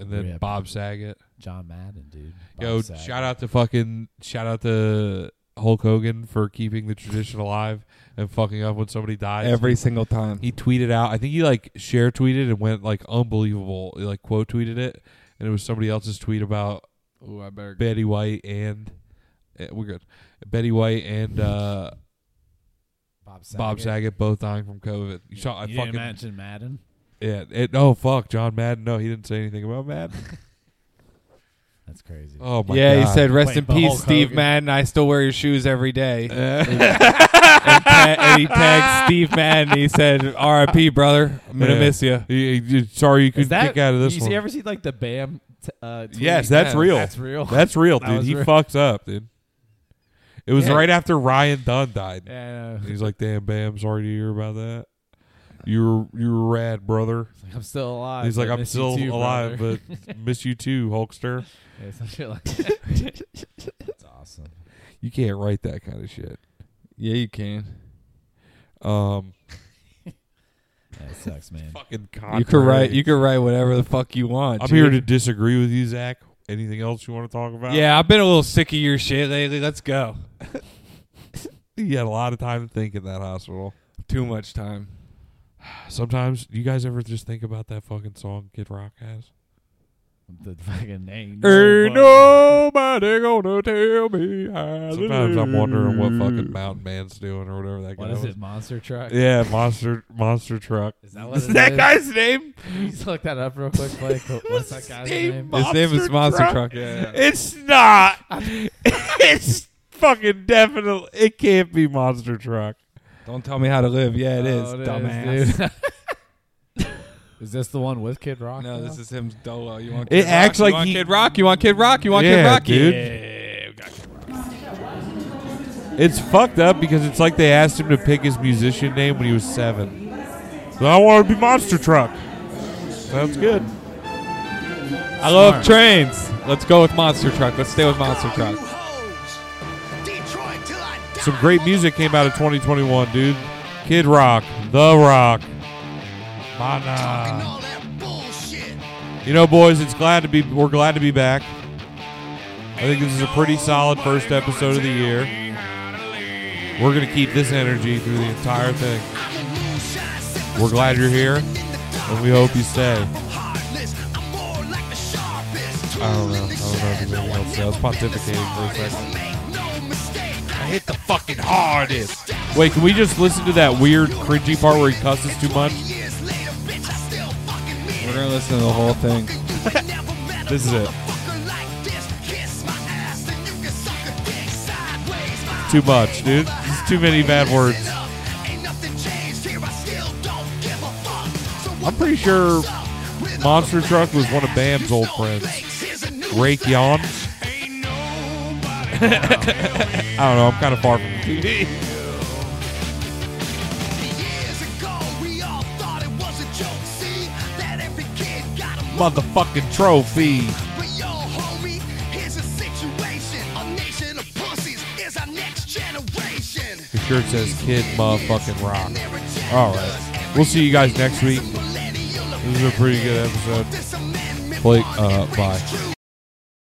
Speaker 2: And then
Speaker 1: Rip.
Speaker 2: Bob Saget.
Speaker 1: John Madden, dude. Bob
Speaker 2: Yo,
Speaker 1: Saget.
Speaker 2: shout out to fucking shout out to Hulk Hogan for keeping the tradition alive and fucking up when somebody dies.
Speaker 5: Every single time.
Speaker 2: he tweeted out. I think he like share tweeted and went like unbelievable. He, like quote tweeted it, and it was somebody else's tweet about
Speaker 5: Ooh, I better.
Speaker 2: Betty White and eh, we're good. Betty White and uh,
Speaker 1: Bob Saget.
Speaker 2: Bob Saget both dying from COVID. You saw I
Speaker 1: you
Speaker 2: fucking
Speaker 1: didn't mention Madden.
Speaker 2: yeah. It, oh fuck, John Madden. No, he didn't say anything about Madden.
Speaker 1: That's crazy.
Speaker 2: Oh my
Speaker 5: yeah,
Speaker 2: god.
Speaker 5: he said, "Rest
Speaker 1: Wait,
Speaker 5: in
Speaker 1: but
Speaker 5: peace,
Speaker 1: Hulk
Speaker 5: Steve
Speaker 1: Hogan.
Speaker 5: Madden. I still wear your shoes every day." and, ta- and he tagged Steve Madden. He said, "R.I.P. brother. I'm gonna
Speaker 2: Yeah.
Speaker 5: miss you."
Speaker 2: He- he- sorry you
Speaker 1: Is
Speaker 2: couldn't
Speaker 1: that
Speaker 2: kick out of this
Speaker 1: you
Speaker 2: one.
Speaker 1: see, ever see like the Bam? T- uh, tweet?
Speaker 2: Yes, that's real.
Speaker 1: That's real.
Speaker 2: That's real,
Speaker 1: That
Speaker 2: dude.
Speaker 1: was
Speaker 2: He
Speaker 1: real.
Speaker 2: fucks up, dude. It was
Speaker 1: Yeah.
Speaker 2: right after Ryan Dunn died.
Speaker 1: yeah, I know.
Speaker 2: He's like, "Damn, Bam, sorry to hear about that. You were you were rad, brother."
Speaker 1: I'm still alive.
Speaker 2: He's like,
Speaker 1: but
Speaker 2: "I'm
Speaker 1: miss you
Speaker 2: still
Speaker 1: too,
Speaker 2: alive,
Speaker 1: brother."
Speaker 2: but miss you too, Hulkster."
Speaker 1: yeah, some shit like that. that's awesome.
Speaker 2: You can't write that kind of shit.
Speaker 5: Yeah, you can.
Speaker 2: Um,
Speaker 1: That sucks, man.
Speaker 2: fucking
Speaker 5: You could write. You could write whatever the fuck you want.
Speaker 2: I'm
Speaker 5: dude.
Speaker 2: here to disagree with you, Zach. Anything else you want to talk about?
Speaker 5: Yeah, I've been a little sick of your shit lately. Let's go.
Speaker 2: you had a lot of time to think in that hospital.
Speaker 5: Too much time.
Speaker 2: Sometimes, you guys ever just think about that fucking song Kid Rock has?
Speaker 1: The fucking name.
Speaker 2: Ain't
Speaker 5: nobody gonna tell me how
Speaker 2: Sometimes I'm wondering what fucking mountain man's doing or whatever that guy
Speaker 1: What is
Speaker 2: was.
Speaker 1: it? Monster truck.
Speaker 2: Yeah, monster monster truck.
Speaker 1: Is that what it is?
Speaker 2: guy's name?
Speaker 1: Please look that up real quick, Blake. What's that guy's
Speaker 2: Steve
Speaker 1: name?
Speaker 2: Mo-
Speaker 5: His name is
Speaker 2: Monster
Speaker 5: Monster
Speaker 2: Truck?
Speaker 5: Truck. Yeah, yeah.
Speaker 2: It's not. it's fucking definitely. It can't be monster truck.
Speaker 5: Don't tell me how to live. Yeah, it is.
Speaker 1: Oh,
Speaker 5: dumbass.
Speaker 1: is, dude. Is this the one with Kid Rock?
Speaker 5: No,
Speaker 1: now?
Speaker 5: this is him solo. You want?
Speaker 2: It
Speaker 5: Kid
Speaker 2: acts
Speaker 5: Rock?
Speaker 2: like
Speaker 5: you want
Speaker 2: he-
Speaker 5: Kid Rock. You want Kid Rock? You want
Speaker 2: Yeah,
Speaker 5: Kid Rock?
Speaker 2: dude.
Speaker 5: Yeah, we got Kid Rock.
Speaker 2: It's fucked up because it's like they asked him to pick his musician name when he was seven. So I want to be monster truck. Sounds good.
Speaker 5: I love trains. Let's go with Monster Truck. Let's stay with Monster Truck.
Speaker 2: Some great music came out of 2021, dude. Kid Rock, The Rock, Mana. You know, boys, it's glad to be we're glad to be back. I think this is a pretty solid first episode of the year. We're gonna keep this energy through the entire thing. We're glad you're here, and we hope you stay. I don't know. I don't know if there's anything else. to say. I was pontificating for a second. I hit the fucking hardest. Wait, can we just listen to that weird, cringy part where he cusses too much?
Speaker 5: We're gonna listen to the whole thing.
Speaker 2: This is it. Too much, dude. There's too many bad words. I'm pretty sure Monster Truck was one of Bam's old friends. Rake Yawn. I don't know. I'm kind of far from TV. Motherfucking trophy. The shirt says Kid Motherfucking Rock. All right. We'll see you guys next week. This is a pretty good episode. Blake, uh, bye.